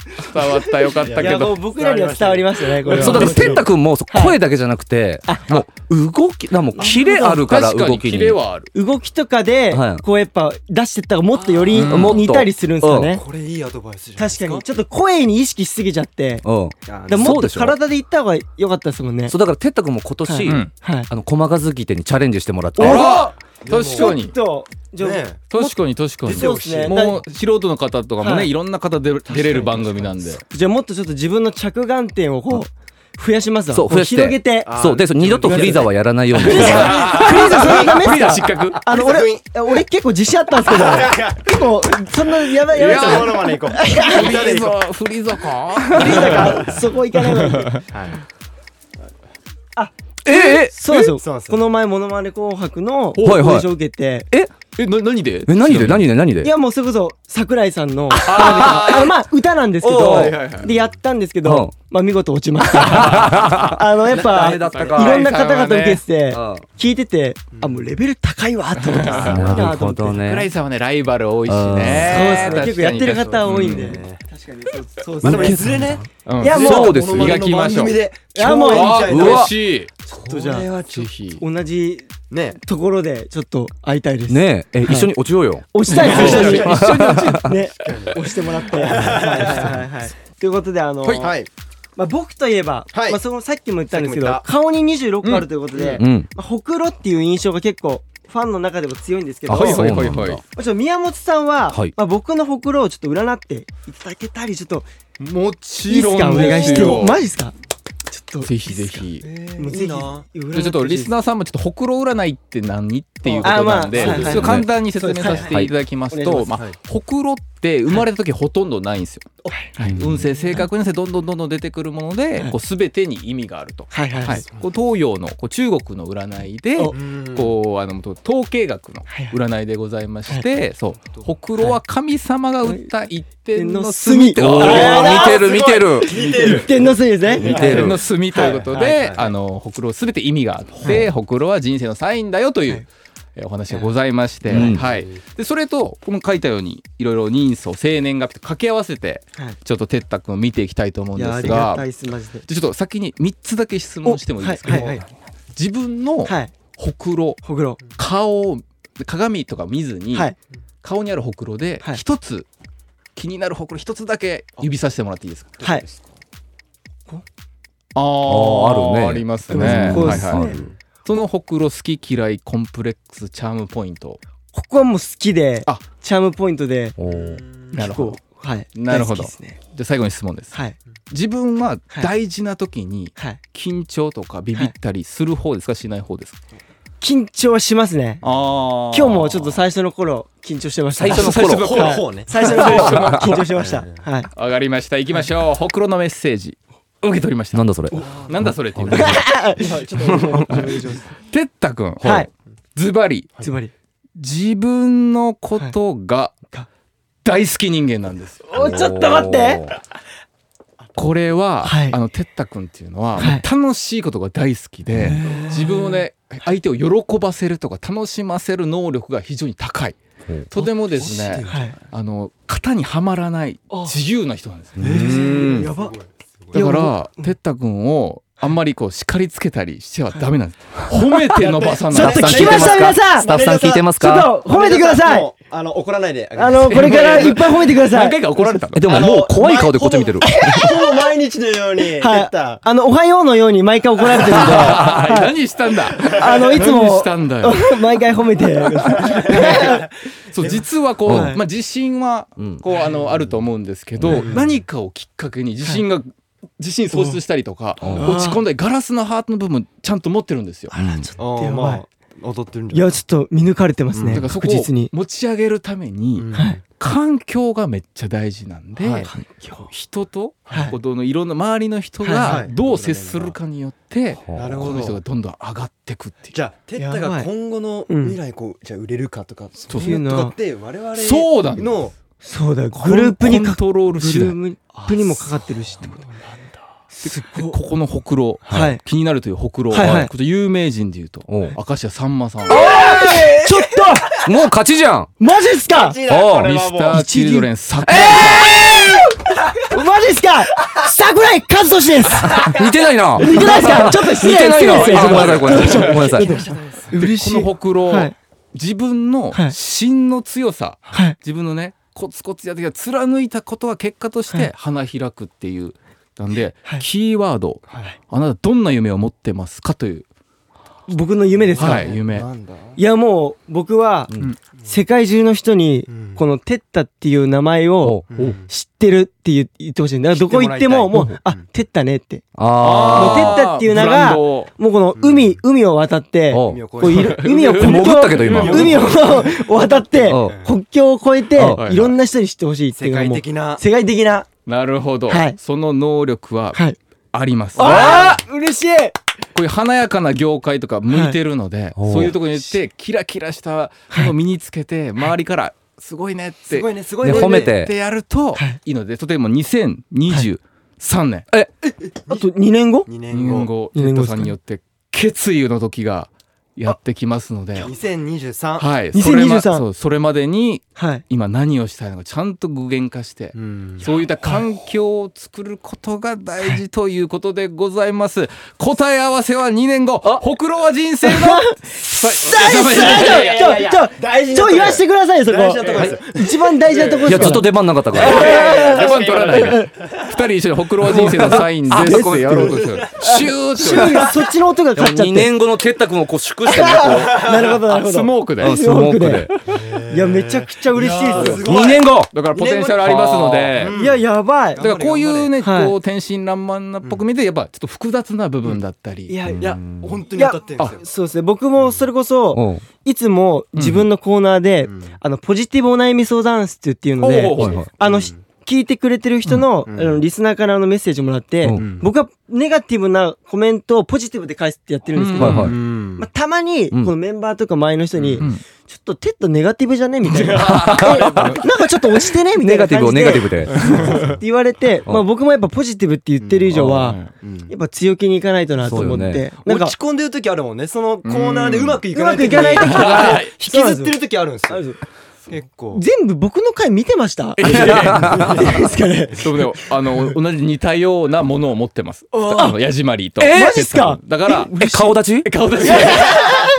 S10: 伝わった。よかった
S1: い
S10: け
S1: やも
S10: ど
S1: う。僕らには伝わりましたねこれは
S11: そうだから哲太君もそう声だけじゃなくて、もう動きだもうキレあるから
S10: 確か
S11: 動
S10: に
S11: きに
S10: キレはある。
S1: 動きとかで
S11: はい
S1: こうやっぱ出してったらもっとより
S11: うんもっと
S1: 似たりするんですよね
S8: これいいアドバイスじゃないで
S1: 確
S8: す
S1: かにちょっと声に意識しすぎちゃって
S11: うん
S1: だからも
S11: そ
S1: っ
S11: うで
S1: と
S11: しょ
S1: 体で行った方が良かったですもんね
S11: そうだから哲太君も今年、
S1: はい
S10: うん。
S1: はい
S11: あの駒数ぎてにチャレンジしてもらって
S10: あら確かに
S1: ち。ょっとじゃあ
S8: ね
S10: 確かに確かに。
S1: そうですね
S10: もう素人の方とかも
S1: は
S10: ね、
S1: い
S10: いろんな方で出れる番組なんで。
S1: じゃあもっとちょっと自分の着眼点をこう増やしますわ
S11: そう増やして
S1: こ広げて
S8: あ
S11: そうでそう二度とフリーザはやらないように
S1: クリスさんそれダメっすか
S10: 失格
S1: あの俺俺結構自信あったんですけど結構そんなやばいやばいっす
S8: や、
S1: ね
S8: モノマネ行こう。
S10: フリーザ、フリーザか
S1: だからそこ行かない方がいい
S11: ええ
S1: そうですよ
S8: そうなんですよ
S1: この前モノマネ紅白のオーデ
S11: いはい
S1: ィション受けて
S10: え、な、何で
S11: え何で何で何で
S1: いやもうそれこそ桜井さんの
S10: あ
S1: あのまあ歌なんですけ
S10: おう
S1: ど
S10: はいはいはい
S1: でやったんですけ
S11: うん
S1: どまあ見事落ちましたあのやっぱ
S11: ダメだった
S1: い
S11: か
S1: ろんな方々受けてて
S11: あ
S1: 聞いててあもうレベル高いわと思って
S11: あなるほど
S10: ー桜
S11: ね
S10: 井さんはね、ライバル多いし
S11: うん
S1: そ
S10: ね。
S1: うですね結構やってる方多いんで
S10: 確か
S1: そう
S8: で
S1: そう
S8: もいずれね、
S10: に。うん
S1: いやもう
S11: そうですよ
S10: 磨きましょう
S8: この番組で
S1: いやもう
S8: 今
S10: あ
S8: 日
S10: 嬉
S8: は
S10: しい。
S1: ちょっとじゃあ
S10: ぜひ。
S1: 同じ
S8: ね、
S1: ところでちょっと会いたいです
S11: ねええ一緒に落ちようよ
S1: 押したいです一緒に一緒に落ちね押してもらってはいはいはいはいということであの
S8: はい。
S1: まあ僕といえば
S8: はい
S1: まあそのさっきも言ったんですけ
S8: さ
S1: ど
S8: っき
S1: 顔に26個あるということで
S11: うん
S1: まあほくろっていう印象が結構ファンの中でも強いんですけど
S11: あ
S1: ま
S11: はい
S1: あ
S11: はいはいはい
S1: ちょっと宮本さんは
S11: はい
S1: まあ僕のほくろをちょっと占っていただけたりちょっと
S10: も
S1: いい
S10: ち
S1: っす
S10: ろん
S1: かお願いし
S10: で
S1: て
S10: すよ。
S1: マジっすかちょっと
S10: ぜひぜひ。
S1: もうぜひ占ってほしい
S10: ちょっとリスナーさんもちょっとほくろ占いって何っていうこ
S1: あ
S10: と
S1: まあ
S10: なんで、
S1: そうです
S10: ち
S1: ね
S10: ょっと簡単に説明させていただきます
S1: はい
S10: と、
S1: はい
S10: まあ、ほくろって生まれた時ほとんどないんですよ。はい運勢正確にですねどんどんどんどん出てくるもので、こう全てに意味があると。
S1: はいはいは
S10: はいい、こう東洋のこう中国の占いで
S1: お
S10: こうあのと統計学の占いでございまして、そうほくろは神様が打った一点の墨って
S1: お
S11: お
S1: ー
S11: ー見てる見てる
S1: 一点のせいですね
S11: 見て
S10: 天
S11: る
S10: の墨ということで、あのほくろすべて意味があって、ほくろは人生のサインだよという、えーお話がございまして、
S11: うん
S10: はい、でそれとこの書いたようにいろいろ人相生年月日と掛け合わせて、
S1: はい
S10: ちょっと哲太君を見ていきたいと思うん
S1: い
S10: で
S1: やあ
S10: す
S1: りが
S10: が
S1: たいっすマジで
S10: じゃあちょっと先に3つだけ質問してもいいですか、
S1: はいはいはい
S10: 自分の
S1: はい
S10: ほくろ
S1: ほくろ
S10: 顔を鏡とか見ずに、
S1: はい
S10: 顔にあるほくろで
S1: はい
S10: 一つ、気になるほくろ一つだけ指さしてもらっていいですか
S1: はい
S10: あ
S11: ーあるね
S10: あります
S1: ね
S10: ね。
S1: こうですね
S10: はいはいそのほくろ好き嫌いコンプレックスチャームポイント。
S1: ここはもう好きで
S10: あ
S1: チャームポイントで
S11: おー
S10: なるほど
S1: 結構はい
S10: なるほど
S1: 大好きですね
S10: じゃあ最後に質問です。
S1: はい
S10: 自分は
S1: はい
S10: 大事な時に
S1: はい
S10: 緊張とかビビったりする方ですか、しない方ですか。
S1: 緊張しますね
S10: あ
S1: 今日もちょっと。最初の頃緊張してました
S11: 最初の頃
S1: 頃はい
S8: ほうね
S1: 最初の頃緊張してましたはい
S10: 上がりました。行きましょう。ほくろのメッセージ。受け取りました。
S11: なんだそれ
S10: なんだ
S1: <laughs>
S10: それっていう。 <laughs> てったくん。
S1: はい。
S10: ズバリ
S1: つまり
S10: 自分のことが大好き人間なんですよ。
S1: おちょっと待って
S10: <laughs> これは、
S1: はい
S10: あの哲太君っていうのは、
S1: はい
S10: 楽しいことが大好きで自分をね相手を喜ばせるとか楽しませる能力が非常に高いとてもですね
S1: はい
S10: あの型にはまらない自由な人なんですね
S8: うん
S1: やば
S10: だか
S1: いや
S10: ら哲太君をあんまりこう叱りつけたりしてはダメなんです。褒めて伸ばさない。
S1: <laughs> ちょっと聞きました皆さん
S11: スタッフさん聞いてます
S1: ちょっ
S11: か
S1: と褒めてください
S3: もうあの怒らないであげ
S1: あ
S3: ます <laughs>
S1: のこれからいっぱい褒めてくださ
S10: 何
S1: い
S10: 回か怒られたの
S11: え。でももう怖い顔でこっち見てる。
S3: ほぼ毎日のように出
S1: はい
S3: た
S1: あのおはようのように毎回怒られてるんで
S10: <laughs> はい何したんだ。
S1: あのいつ
S10: 何
S1: も
S10: したんだよ。
S1: <laughs> 毎回褒めてください
S10: そう実はこう、まあ自信はこうあのあると思うんですけど、何かをきっかけに自信が、自信喪失したりとか、落ち込んだりガラスのハートの部分ちゃんと持ってるんですよ。
S3: あーまあ踊ってるんじ
S1: い
S3: ゃない
S1: やちょっと見抜かれてますね、
S10: だからそこ
S1: 確
S10: を
S1: 実に
S10: 持ち上げるために、環境がめっちゃ大事なんで、人と、このいろんな周りの人
S3: はいは
S10: が
S3: い
S10: どう接するかによって、
S3: なるほ
S10: こ
S3: ど
S10: の人がどんどん上がってくっていう。
S3: じゃあテッタ
S1: やば
S3: が
S1: い
S3: 今後の
S1: うん
S3: 未来こうじゃあ売れるかとか
S10: そう
S1: っていうの
S3: と
S1: は
S3: かって我々
S10: そうだ
S3: の
S1: そうだよグループに
S10: コン
S1: か
S10: トロール
S1: グ
S10: 次
S1: ル
S10: 第
S1: ープにもかかってるしってこと
S10: ここのほくろ、
S1: はい
S10: 気になるというほくろ、
S1: はいはい
S10: これ有名人でいうと
S11: おう
S10: 明石家さんまさん
S1: ちょっと
S11: もう勝ちじゃん。
S1: マジっすか
S11: おう
S10: ミスター・チルドレン桜
S1: マジっすか桜井和俊です
S11: 似てないな。
S1: 似てないっすかちょっと失
S11: 似
S1: 礼
S11: てないな。あ
S1: 失礼です
S11: ごめんなさい、ごめんなさい。ごめんなさい。
S1: 嬉し
S10: このほくろ、
S1: はい
S10: 自分の
S1: はい
S10: 芯の強さ、
S1: はい
S10: 自分のねコツコツやってきた貫いたことが結果とし
S1: は
S10: て
S1: い
S10: 花開くっていう、なんで、
S1: はい
S10: キーワード、
S1: はい
S10: あなたどんな夢を持ってますかという、
S1: 僕の夢ですか、、
S10: はいい、夢
S3: なんだ
S1: やもう僕は
S10: ん
S1: 世界中の人に
S3: うん
S1: このテッタっていう名前を
S3: うん
S1: 知ってるって言言ってほしいんだからどこ行ってももうあテッタねって
S11: あ
S1: もうテッタっていう名が
S10: ブランドを
S1: もうこの海海を渡って
S11: ーおう
S3: 海を
S1: こう
S3: 越 <laughs> え
S1: い
S3: て
S1: ろ海を国境
S11: 潜ったけど今
S1: 海を渡って
S11: おう
S1: 国境を越え
S10: はい
S1: ていろんな人に知ってほしいってい
S3: 世
S1: うのが
S3: 界
S1: もう
S3: 的な
S1: 世界的な
S10: なるほど、
S1: はい
S10: その能力は
S1: はい
S10: あります、
S1: ああ嬉しい
S10: こういう華やかな業界とか向いてるので、
S11: おう
S10: そういうところに行ってキラキラしたものを身につけて、周りから「すごいね」って
S3: すごいねすごい
S11: で
S3: ね
S11: 褒め
S10: って
S11: て。
S10: やるといいので、例えば2023年、
S1: あと2年後
S3: 2
S10: 2
S3: 年
S10: 年
S3: 後
S10: 後
S1: 二
S10: テ
S1: 年後で
S10: ッド
S1: す
S10: さ
S1: か
S10: んによって決意の時がやってきますので、
S3: 2023
S10: はい、
S1: 2023
S10: それまそうそれまでに
S1: はい
S10: 今何をしたいのかちゃんと具現化して、
S3: うん
S10: そういった環境を作ることが大事ということでございます。答え合わせは2年後、ほくろは人生の
S1: 大
S3: いやい
S1: 丈
S3: や
S1: 夫
S3: 大事
S1: ち
S3: な
S1: ょ
S3: とこ
S1: 言わせてくださいよそこ
S3: 大事なとこですよ
S1: 一番大事なとこ
S11: い
S1: で
S11: や、
S1: す
S11: ずっと出番なかったから。
S10: 出番取らないで。二人一緒にほくろは人生のサインですってやろうとしてる。シューって
S1: 急にそっちの音が勝っちゃっ
S11: 2
S1: て
S11: 年後のテッタ君をこう縮してね、こ
S1: なるほどなるほ
S10: ス
S1: ど
S10: モークで。
S11: う。スモークで。
S1: いやめちゃくちゃ嬉しいですよ
S11: 2年後
S10: だからポテンシャルありますので。
S1: いややばい
S10: だからこういうね、
S1: 頑張れ
S10: こう天真爛漫なっぽく見て、やっぱちょっと複雑な部分だったり。
S1: いやい
S3: い
S1: や
S3: や本当に当たってるんですよ
S1: そうですね僕もそれこそ
S11: うん
S1: いつも自分のコーナーで
S3: ん
S1: あのポジティブお悩み相談室っていうの
S10: お
S1: で
S10: うおうおう
S1: あの、し聞いてくれてる人の,、
S3: ん
S1: あのリスナーからのメッセージもらって、
S11: うん
S1: 僕はネガティブなコメントをポジティブで返すってやってるんですけど、
S11: はいはい。
S3: ん
S1: まあ、たまにこ
S11: ん
S1: のメンバーとか周りの人に、
S10: ん
S1: ちょっとテッドネガティブじゃねみたいなえ <laughs> なんかちょっと落ちてねみた
S11: ネ
S1: い
S11: ガ
S1: な
S11: ティブ
S1: 感
S11: を
S1: じ
S11: ネ
S1: で
S11: ガティブで。
S1: <laughs> って言われて、まあ、僕もやっぱポジティブって言ってる以上は、
S3: うん
S1: やっぱ強気にいかないとなと思って、
S11: そうよね
S1: なんか
S3: 落ち込んでる時あるもんねそのコーナーでうまくいかない
S1: うんうまくいかない時とか
S3: 引きずってる時あるんです
S1: あるん
S3: よ
S1: ですよ
S3: 結構
S1: 全部僕の回見てましたいやですかね
S10: そうでもあの同じ似たようなものを持ってます。あのヤジマリーと。
S1: えマジっすか
S10: だから
S1: <laughs>
S11: え、顔立ち
S10: 顔出し
S11: <laughs>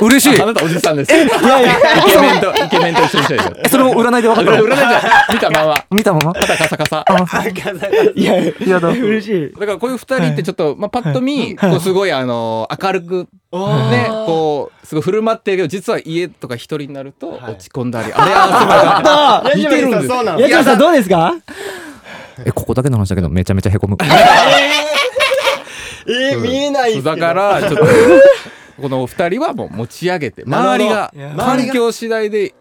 S11: 嬉しい
S10: あ。なたおじさんです。イケメンとイケメンと一緒にしたいです。
S11: それも占いで分か
S1: <laughs>
S10: あこれ
S11: る
S10: 占いじゃん見たまま
S11: 見たまま
S10: 肩カサカサ。
S1: いやいや嬉しい
S10: だからこういう二人ってちょっと、まあ、パッと見、こうすごいあの明るく、ね、こうすごい振る舞ってるけど実は家とか一人になると落ち込んだり、あれあれあれ似てるんですよ。
S1: 矢島さんどうですか
S11: え、ここだけの話だけど、めちゃめちゃへこむ。
S3: えー見えないっす
S10: そう
S3: けど
S10: だからちょっとこのお二人はもう持ち上げて
S3: な
S10: 周
S3: る
S10: り
S3: ほど
S10: が環境次第で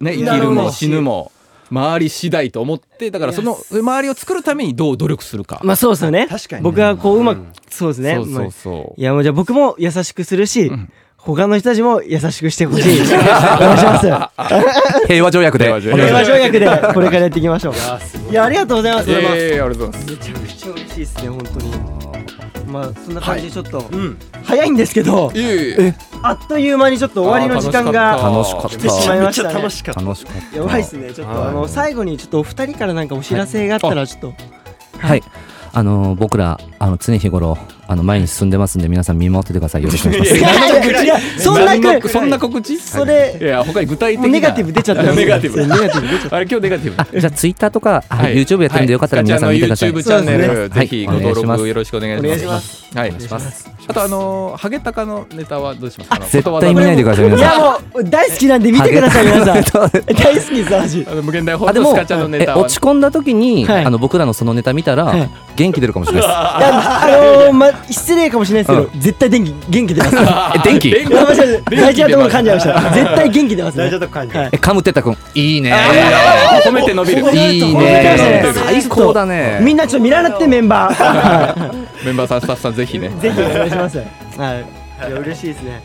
S10: ね生きるも死ぬも周り次第と思ってだからその周りを作るためにどう努力するか。
S1: まあそうですよね。
S3: 確かにね
S1: 僕はこううまく、そうですね。
S10: そうそ
S1: まあ
S10: うそ
S1: いやもうじゃあ僕も優しくするし、
S10: ん
S1: 他の人たちも優しくしてほしい。お願いします。
S11: 平和条約で。
S10: 平和条約
S1: 平和条約でこれからやっていきましょう。いやありがとうございます。
S10: う。いやい
S1: め
S10: やいやありがとうございます。
S1: ちゃくちゃ嬉しいですね本当に。まあそんな感じでちょっと、早いんですけど
S10: い、えいえ
S1: あっという間にちょっと終わりの時間が
S11: 楽しかっ
S1: 来てしまい
S11: た。
S1: ましたね。
S3: かっ
S11: 楽しかった。
S1: やばいですね。ちょっとあの最後にちょっとお二人からなんかお知らせがあったらちょっと。
S11: はい。あのー僕らあの常日頃あの前に進んでますんで皆さん見守っててくださいよろしくお願いします
S1: そんなく
S10: そんな告知
S1: それ
S10: いや他に具体的な
S1: ネガティブ出ちゃったよ
S10: ネガティブ
S1: ネガティブ出ちゃった
S10: あれ今日ネガティブ
S11: あじゃあツイッターとか、あ
S10: はい
S11: YouTube やってるんでよかったら皆さん見てください、
S10: はい、スカちゃんの YouTube チャンネル、
S11: はい
S10: ぜひご
S11: お願いし
S10: 登
S11: ます
S10: 録よろしくお願いし
S1: お
S10: ます。。
S1: 願いします
S10: はい、お願いします。あとあのーハゲタカのネタはどうしますか。あの
S11: 絶対見ないでください皆
S1: い
S11: さん
S1: やもう大好きなんで見てください皆
S11: <laughs>
S1: さん大好きですマジ
S10: あの無限大ホ
S11: あ
S10: ー
S11: で
S10: ムス
S11: も
S10: カちゃんのネ
S11: え
S10: タは
S11: 落ち込んだ時に、
S1: はい
S11: あの僕らのそのネタ見たら、
S1: はい
S11: 元気出るかもしれない
S1: いやあのー、ま失礼かもしれないですけど絶対電気元気出ますや
S11: ですえ電気
S1: ばいやばいやばい大事なとこ噛んじゃいました絶対元気出ますねはい
S11: えカムテタ君いいね
S10: 褒めて伸びる。
S11: いいね最高だね
S1: みんなちょっと見習ってメンバーは
S10: メンバーさんスタッフさんぜひね。
S1: いぜひお願いしますはいいや嬉しいですね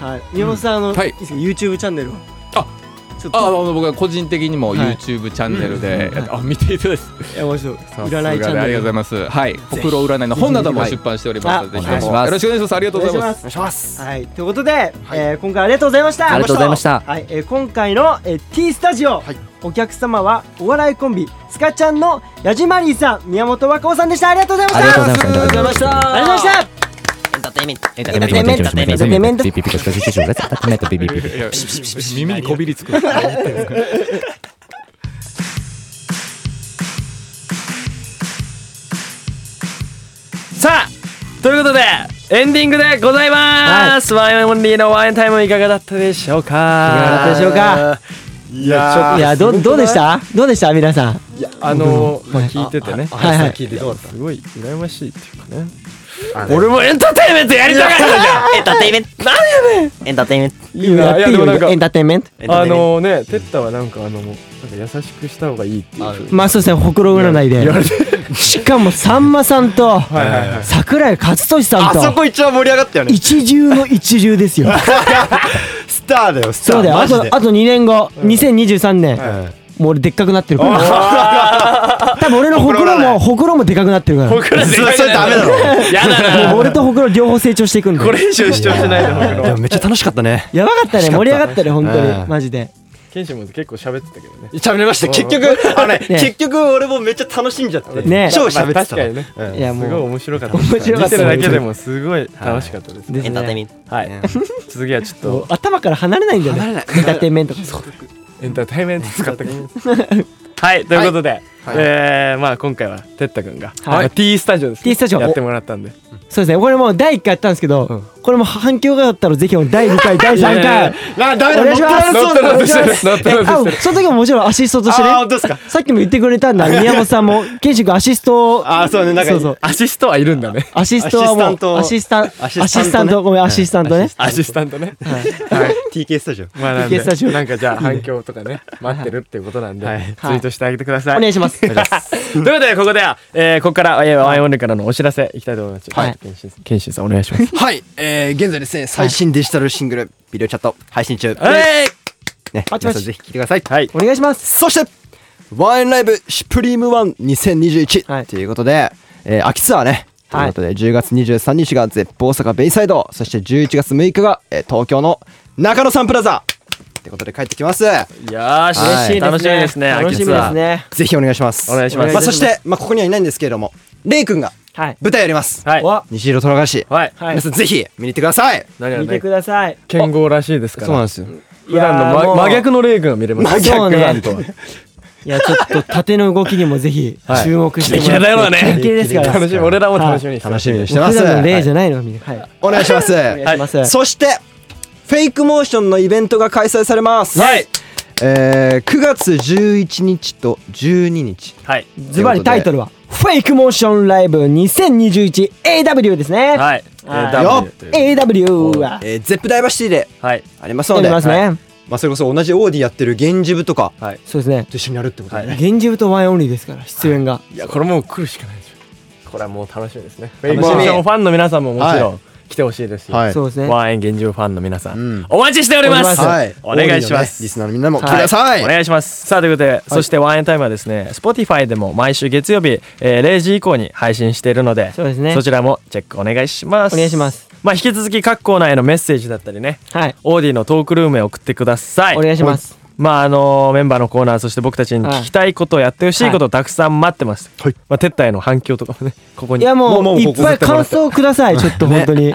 S1: はい宮本さんあの、
S10: は
S1: い
S10: い
S1: いですか YouTube チャンネルを
S10: あ
S1: ちょっ
S10: ああ
S1: と
S10: の僕は個人的にも
S1: はい
S10: YouTube チャンネルで、あ見ていただいて
S1: いや面白い
S10: さすがで
S1: 占いチャン
S10: あ
S1: ネ
S10: りがと
S1: ル
S10: うございます。はい、ほくろ占いの本なども出版しておりますので、
S1: はい
S10: ぜひとも
S11: お願いします
S10: よろしくお願いします。ありがとうございます。
S1: お願いします。はい、ということで、えー今回ありがとうございました。
S11: ありがとうございました
S1: はい、えー今回の、えー、T スタジオ、お客様はお笑いコンビスカちゃんの矢島リーさん、宮本和光さんでした。ありがとうございま
S11: あ
S1: し
S11: りがと
S1: た。
S11: うございました
S1: ありがとうございました。ありがとうございました。
S11: エンターテインメントエンターテインメントエンターテインメントピピピコシコシシシュエンターテインメントピピピピ
S10: 耳にこびりつく。
S12: さあということでエンディングでございます、ワインオンリーのワインタイムいかがだったでしょうか
S1: いかがだったでしょうか
S2: いや
S1: いや、どう、どうでした。どうでした、皆さん。
S2: ちょっとあのーまあ聞いててね
S1: はいはい。
S3: 聞いてどうだった
S2: すごい羨ましいっていうかね
S12: 俺もエンターテインメントやりたかったじゃん
S13: エンターテイメントエンターテイメント
S2: いいない
S1: や
S2: い
S1: っ
S2: や
S1: ていい
S2: でも
S1: よ
S2: なんか
S1: エンターテインメント。
S2: あのねテッタはなんかあのもうなんか優しくした方がいいっていうふうに
S1: まあ、そうですね、ほくろ占いで。しかも、さんまさんと、
S2: はいはいはい
S1: 桜井勝利さん
S3: あそ
S1: と。
S3: こ一番盛り上がったよね
S1: 一流の一流ですよ。
S3: スターだよスター
S1: そうだよ。
S3: マ
S1: あ
S3: ジ
S1: と、
S3: で
S1: あと2年後、2023年。
S2: はいはい
S1: もう俺でっかくなってるから <laughs> 多分俺のほくろもほくろもでかくなってるから
S12: 僕ら
S3: それそれダメだろ
S12: やだ
S1: もう
S12: な
S1: 俺とほくろ両方成長していくんで
S2: これ以上主張しないでほく
S3: で
S2: ろ
S3: もめっちゃ楽しかったね
S1: やばかったね盛り上がったね本当
S3: う
S1: に
S3: ん
S1: マジで
S2: ケンシンも結構喋ってたけどね
S3: 喋りました結局あの
S1: ね
S3: ね結局俺もめっちゃ楽しんじゃって
S1: ね
S3: 超 <laughs> 喋ってた
S2: 確かにね
S3: うん
S1: いやも
S2: す
S1: う
S2: ごい面白かった
S1: 面白かった
S2: 見てるだけでもすごい楽しかったですね
S1: ですね
S2: はい次はちょっ
S1: もう
S2: と
S1: 頭から離れないんだよねエンターテインメントから
S2: エンターテインメント使ってくる
S12: はいということで、
S2: えーまあ今回はテッタくんが
S1: はい
S2: まあ T スタジオです
S1: T スタジオ
S2: やってもらったんで
S1: そうですねこれもう第1回やったんですけどこれも反響があったらぜひ第2回第3
S2: いやい
S1: 回
S3: あダメ
S1: お
S3: だ
S1: 願いします
S2: 乗っ取ろうとしてる乗っ取ろうとして
S1: あ
S2: る
S1: その時ももちろんアシストとして
S3: あ本
S1: ね
S3: 当ですか
S1: さっきも言ってくれたんだ宮本さんもケンシ君アシストを
S3: あそうねなんか
S1: そうそう
S2: アシストはいるんだね
S1: アシストはもうア
S3: ア
S1: シ
S3: シ
S1: スタン
S3: アシスタン
S1: アシスタン
S3: トね
S1: トごめんアシスタントね
S2: アシスタントね
S3: TK スタジオ
S2: まあな
S1: TK
S2: んで
S1: スタジオ
S2: なんかじゃあ反響とかね待ってるっていうことなんで
S3: はい
S2: ツイートしてあげてください
S1: お願いします
S2: ということで、ここでは、えーここから、えー、ワインオンリーからのお知らせいきたいと思います。
S1: はい
S2: ケンシンさん、ケンシンさんお願いします。
S3: はい、えー、現在ですね、最新デジタルシングル、ビデオチャット、配信中。
S2: はい
S3: ね、
S1: パチパチ
S3: 皆さんぜひ聴いてください。
S2: はい。
S1: お願いします
S3: そして、ワインライブ、シュプリームワン2021、
S1: はい
S3: ということで、えー、秋ツアーね。と
S1: はい
S3: いうことで、10月23日がゼップ大阪ベイサイド、そして11月6日が、えー東京の中野サンプラザってことで帰ってきます。
S12: よーし、
S3: はい
S12: 楽しみですね
S1: 楽しみですね
S3: ぜひお願いします。
S12: お願いします
S3: まあ、そして、まあ、ここにはいないんですけれども、レイくんが
S1: はい
S3: 舞台やります。
S12: はい
S1: わ
S3: 西色虎返し。
S12: はい
S1: はい
S3: 皆さんぜひ見に行ってください。
S2: 何
S1: 見てください
S2: 剣豪らしいですから。
S3: んですよ。
S2: 普段の
S1: いやーも
S2: 真
S1: う
S2: 真逆のレイ君が見れます。
S1: 真逆
S2: 普段とは。
S1: いやちょっと縦の動きにもぜひ
S2: はい
S1: 注目してもらって
S12: キレキレだよね
S1: キレキレですから
S2: 楽しみ、俺らも楽しみにしてま
S3: 楽
S2: す
S3: しみにしてま
S1: 普
S3: す。
S1: 段の例じゃないのみんなはい
S3: お願いします。
S1: お願いします
S3: そしてフェイクモーションのイベントが開催されます。
S12: はい。
S3: えー、9月11日と12日。
S12: はい
S1: ズバリタイトルはフェイクモーションライブ 2021AW ですね
S12: はい
S1: はい
S2: ダブルという
S1: AW は
S3: えー、ゼップダイバーシティで
S12: はい
S3: あります
S1: や
S3: の
S1: り
S3: で、
S1: ます
S3: はい
S1: ね
S3: まあそれこそ同じ OD やってる源氏部とか
S1: そうですね
S3: と一緒にやるってことだよね。
S1: 源氏部とワインオンリーですから出演が
S2: いや、これもう来るしかないでしょ。これはもう楽しみですね。フェイク
S3: 楽しみ
S2: モーションファンの皆さんももちろ
S3: は
S2: ん来てほしいですし、
S3: はい。
S1: そうですね
S2: ワイン現状ファンの皆さん、
S12: お待ちしております
S3: はい。
S12: お願いします
S3: OD のねリスナーのみんなも来てください。
S12: お願いしますさあということで、そしてワンエンタイムはですね Spotify でも毎週月曜日、えー0時以降に配信しているので
S1: そうですね
S12: そちらもチェックお願いします
S1: お願いします
S12: まあ引き続き各コーナーへのメッセージだったりね
S1: はい
S12: オーディのトークルームへ送ってください
S1: お願いします
S12: はい
S2: まああのメンバーのコーナーそして僕たちに聞きたいことをやってほしいことをたくさん待ってます、はいまあ、テッタへの反響とかもねここ
S1: い
S2: に
S1: やも
S8: も
S1: う
S8: うもう
S1: いっぱい感想くださいちょっと本当に、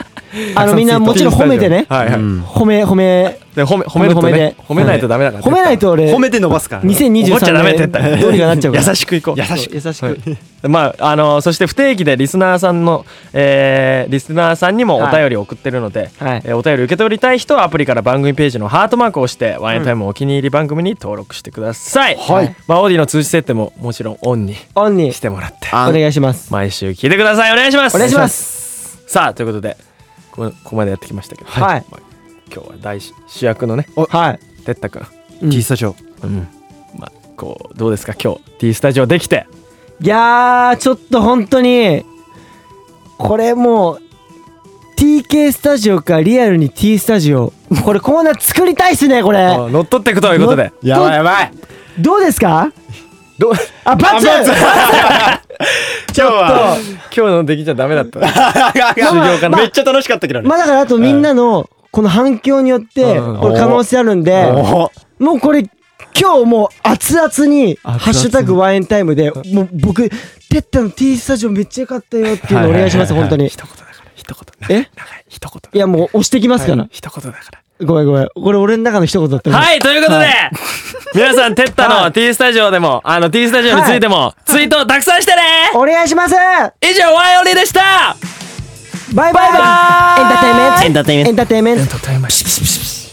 S1: あのみんなもちろん褒めてね
S2: はいはい
S1: 褒め褒め
S2: で褒め褒めると
S1: 褒め
S2: ね
S1: で
S2: 褒めないとダメだから
S1: 褒めないと俺
S3: 褒めて伸ばすからね
S1: 2023
S2: 思っちゃダメって言
S1: 年
S2: ったよ
S1: どうにかなっちゃうか
S2: 優
S1: ら
S2: しくいこう
S1: 優しく優しく、
S2: まああのそして不定期でリスナーさんの、えーリスナーさんにもお便りを送ってるので、
S1: はい
S2: えーお便り受け取りたい人はアプリから番組ページのハートマークを押して、ワインタイムお気に入り番組に登録してください、
S1: はい
S2: まあ、オーディの通知設定ももちろんオンに
S1: オンに
S2: してもらって
S1: お願いします
S2: 毎週聞いてくださいお願いします
S1: お願いします
S2: さあということでここここまでやってきましたけど、
S1: はい
S2: まあ今日は大主主役のね
S1: はい
S2: てったくん、
S3: T スタジオ
S2: うんまあ、こうどうですか今日 T スタジオできて
S1: いやーちょっと本当にこれもう TK スタジオかリアルに T スタジオこれコーナー作りたいっすねこれ
S2: 乗っ取っていくということで
S1: やばいやばいどうですか
S2: どう
S1: あバツ
S2: 今日は今日の出来じゃダメだ
S1: <laughs>
S2: った。
S1: まあ
S8: ちゃ楽しかったけどね
S1: まあだからあとみんなのこの反響によって
S2: うん
S1: これ可能性あるんでもうこれ今日もう熱々に「ハッシュタグワインタイム」でもう僕テッタの T スタジオめっちゃ良かったよっていうのお願いします本当に
S2: 一言だから一言。
S1: え
S2: 長い一言。
S1: いやもう押してきますから
S2: 一言だから。
S1: ごめんごめんこれ俺の中の一言だった
S4: はい、ということで、皆さん、テッタ
S1: は
S4: の
S1: い
S4: T スタジオでも、あの T スタジオについても、ツイートをたくさんしてね
S1: お願いします
S4: 以上、ワイオリでした
S1: バイバイバイエンターテインメント
S4: エンターテインメント
S1: エンターテインメント
S2: とたいまし。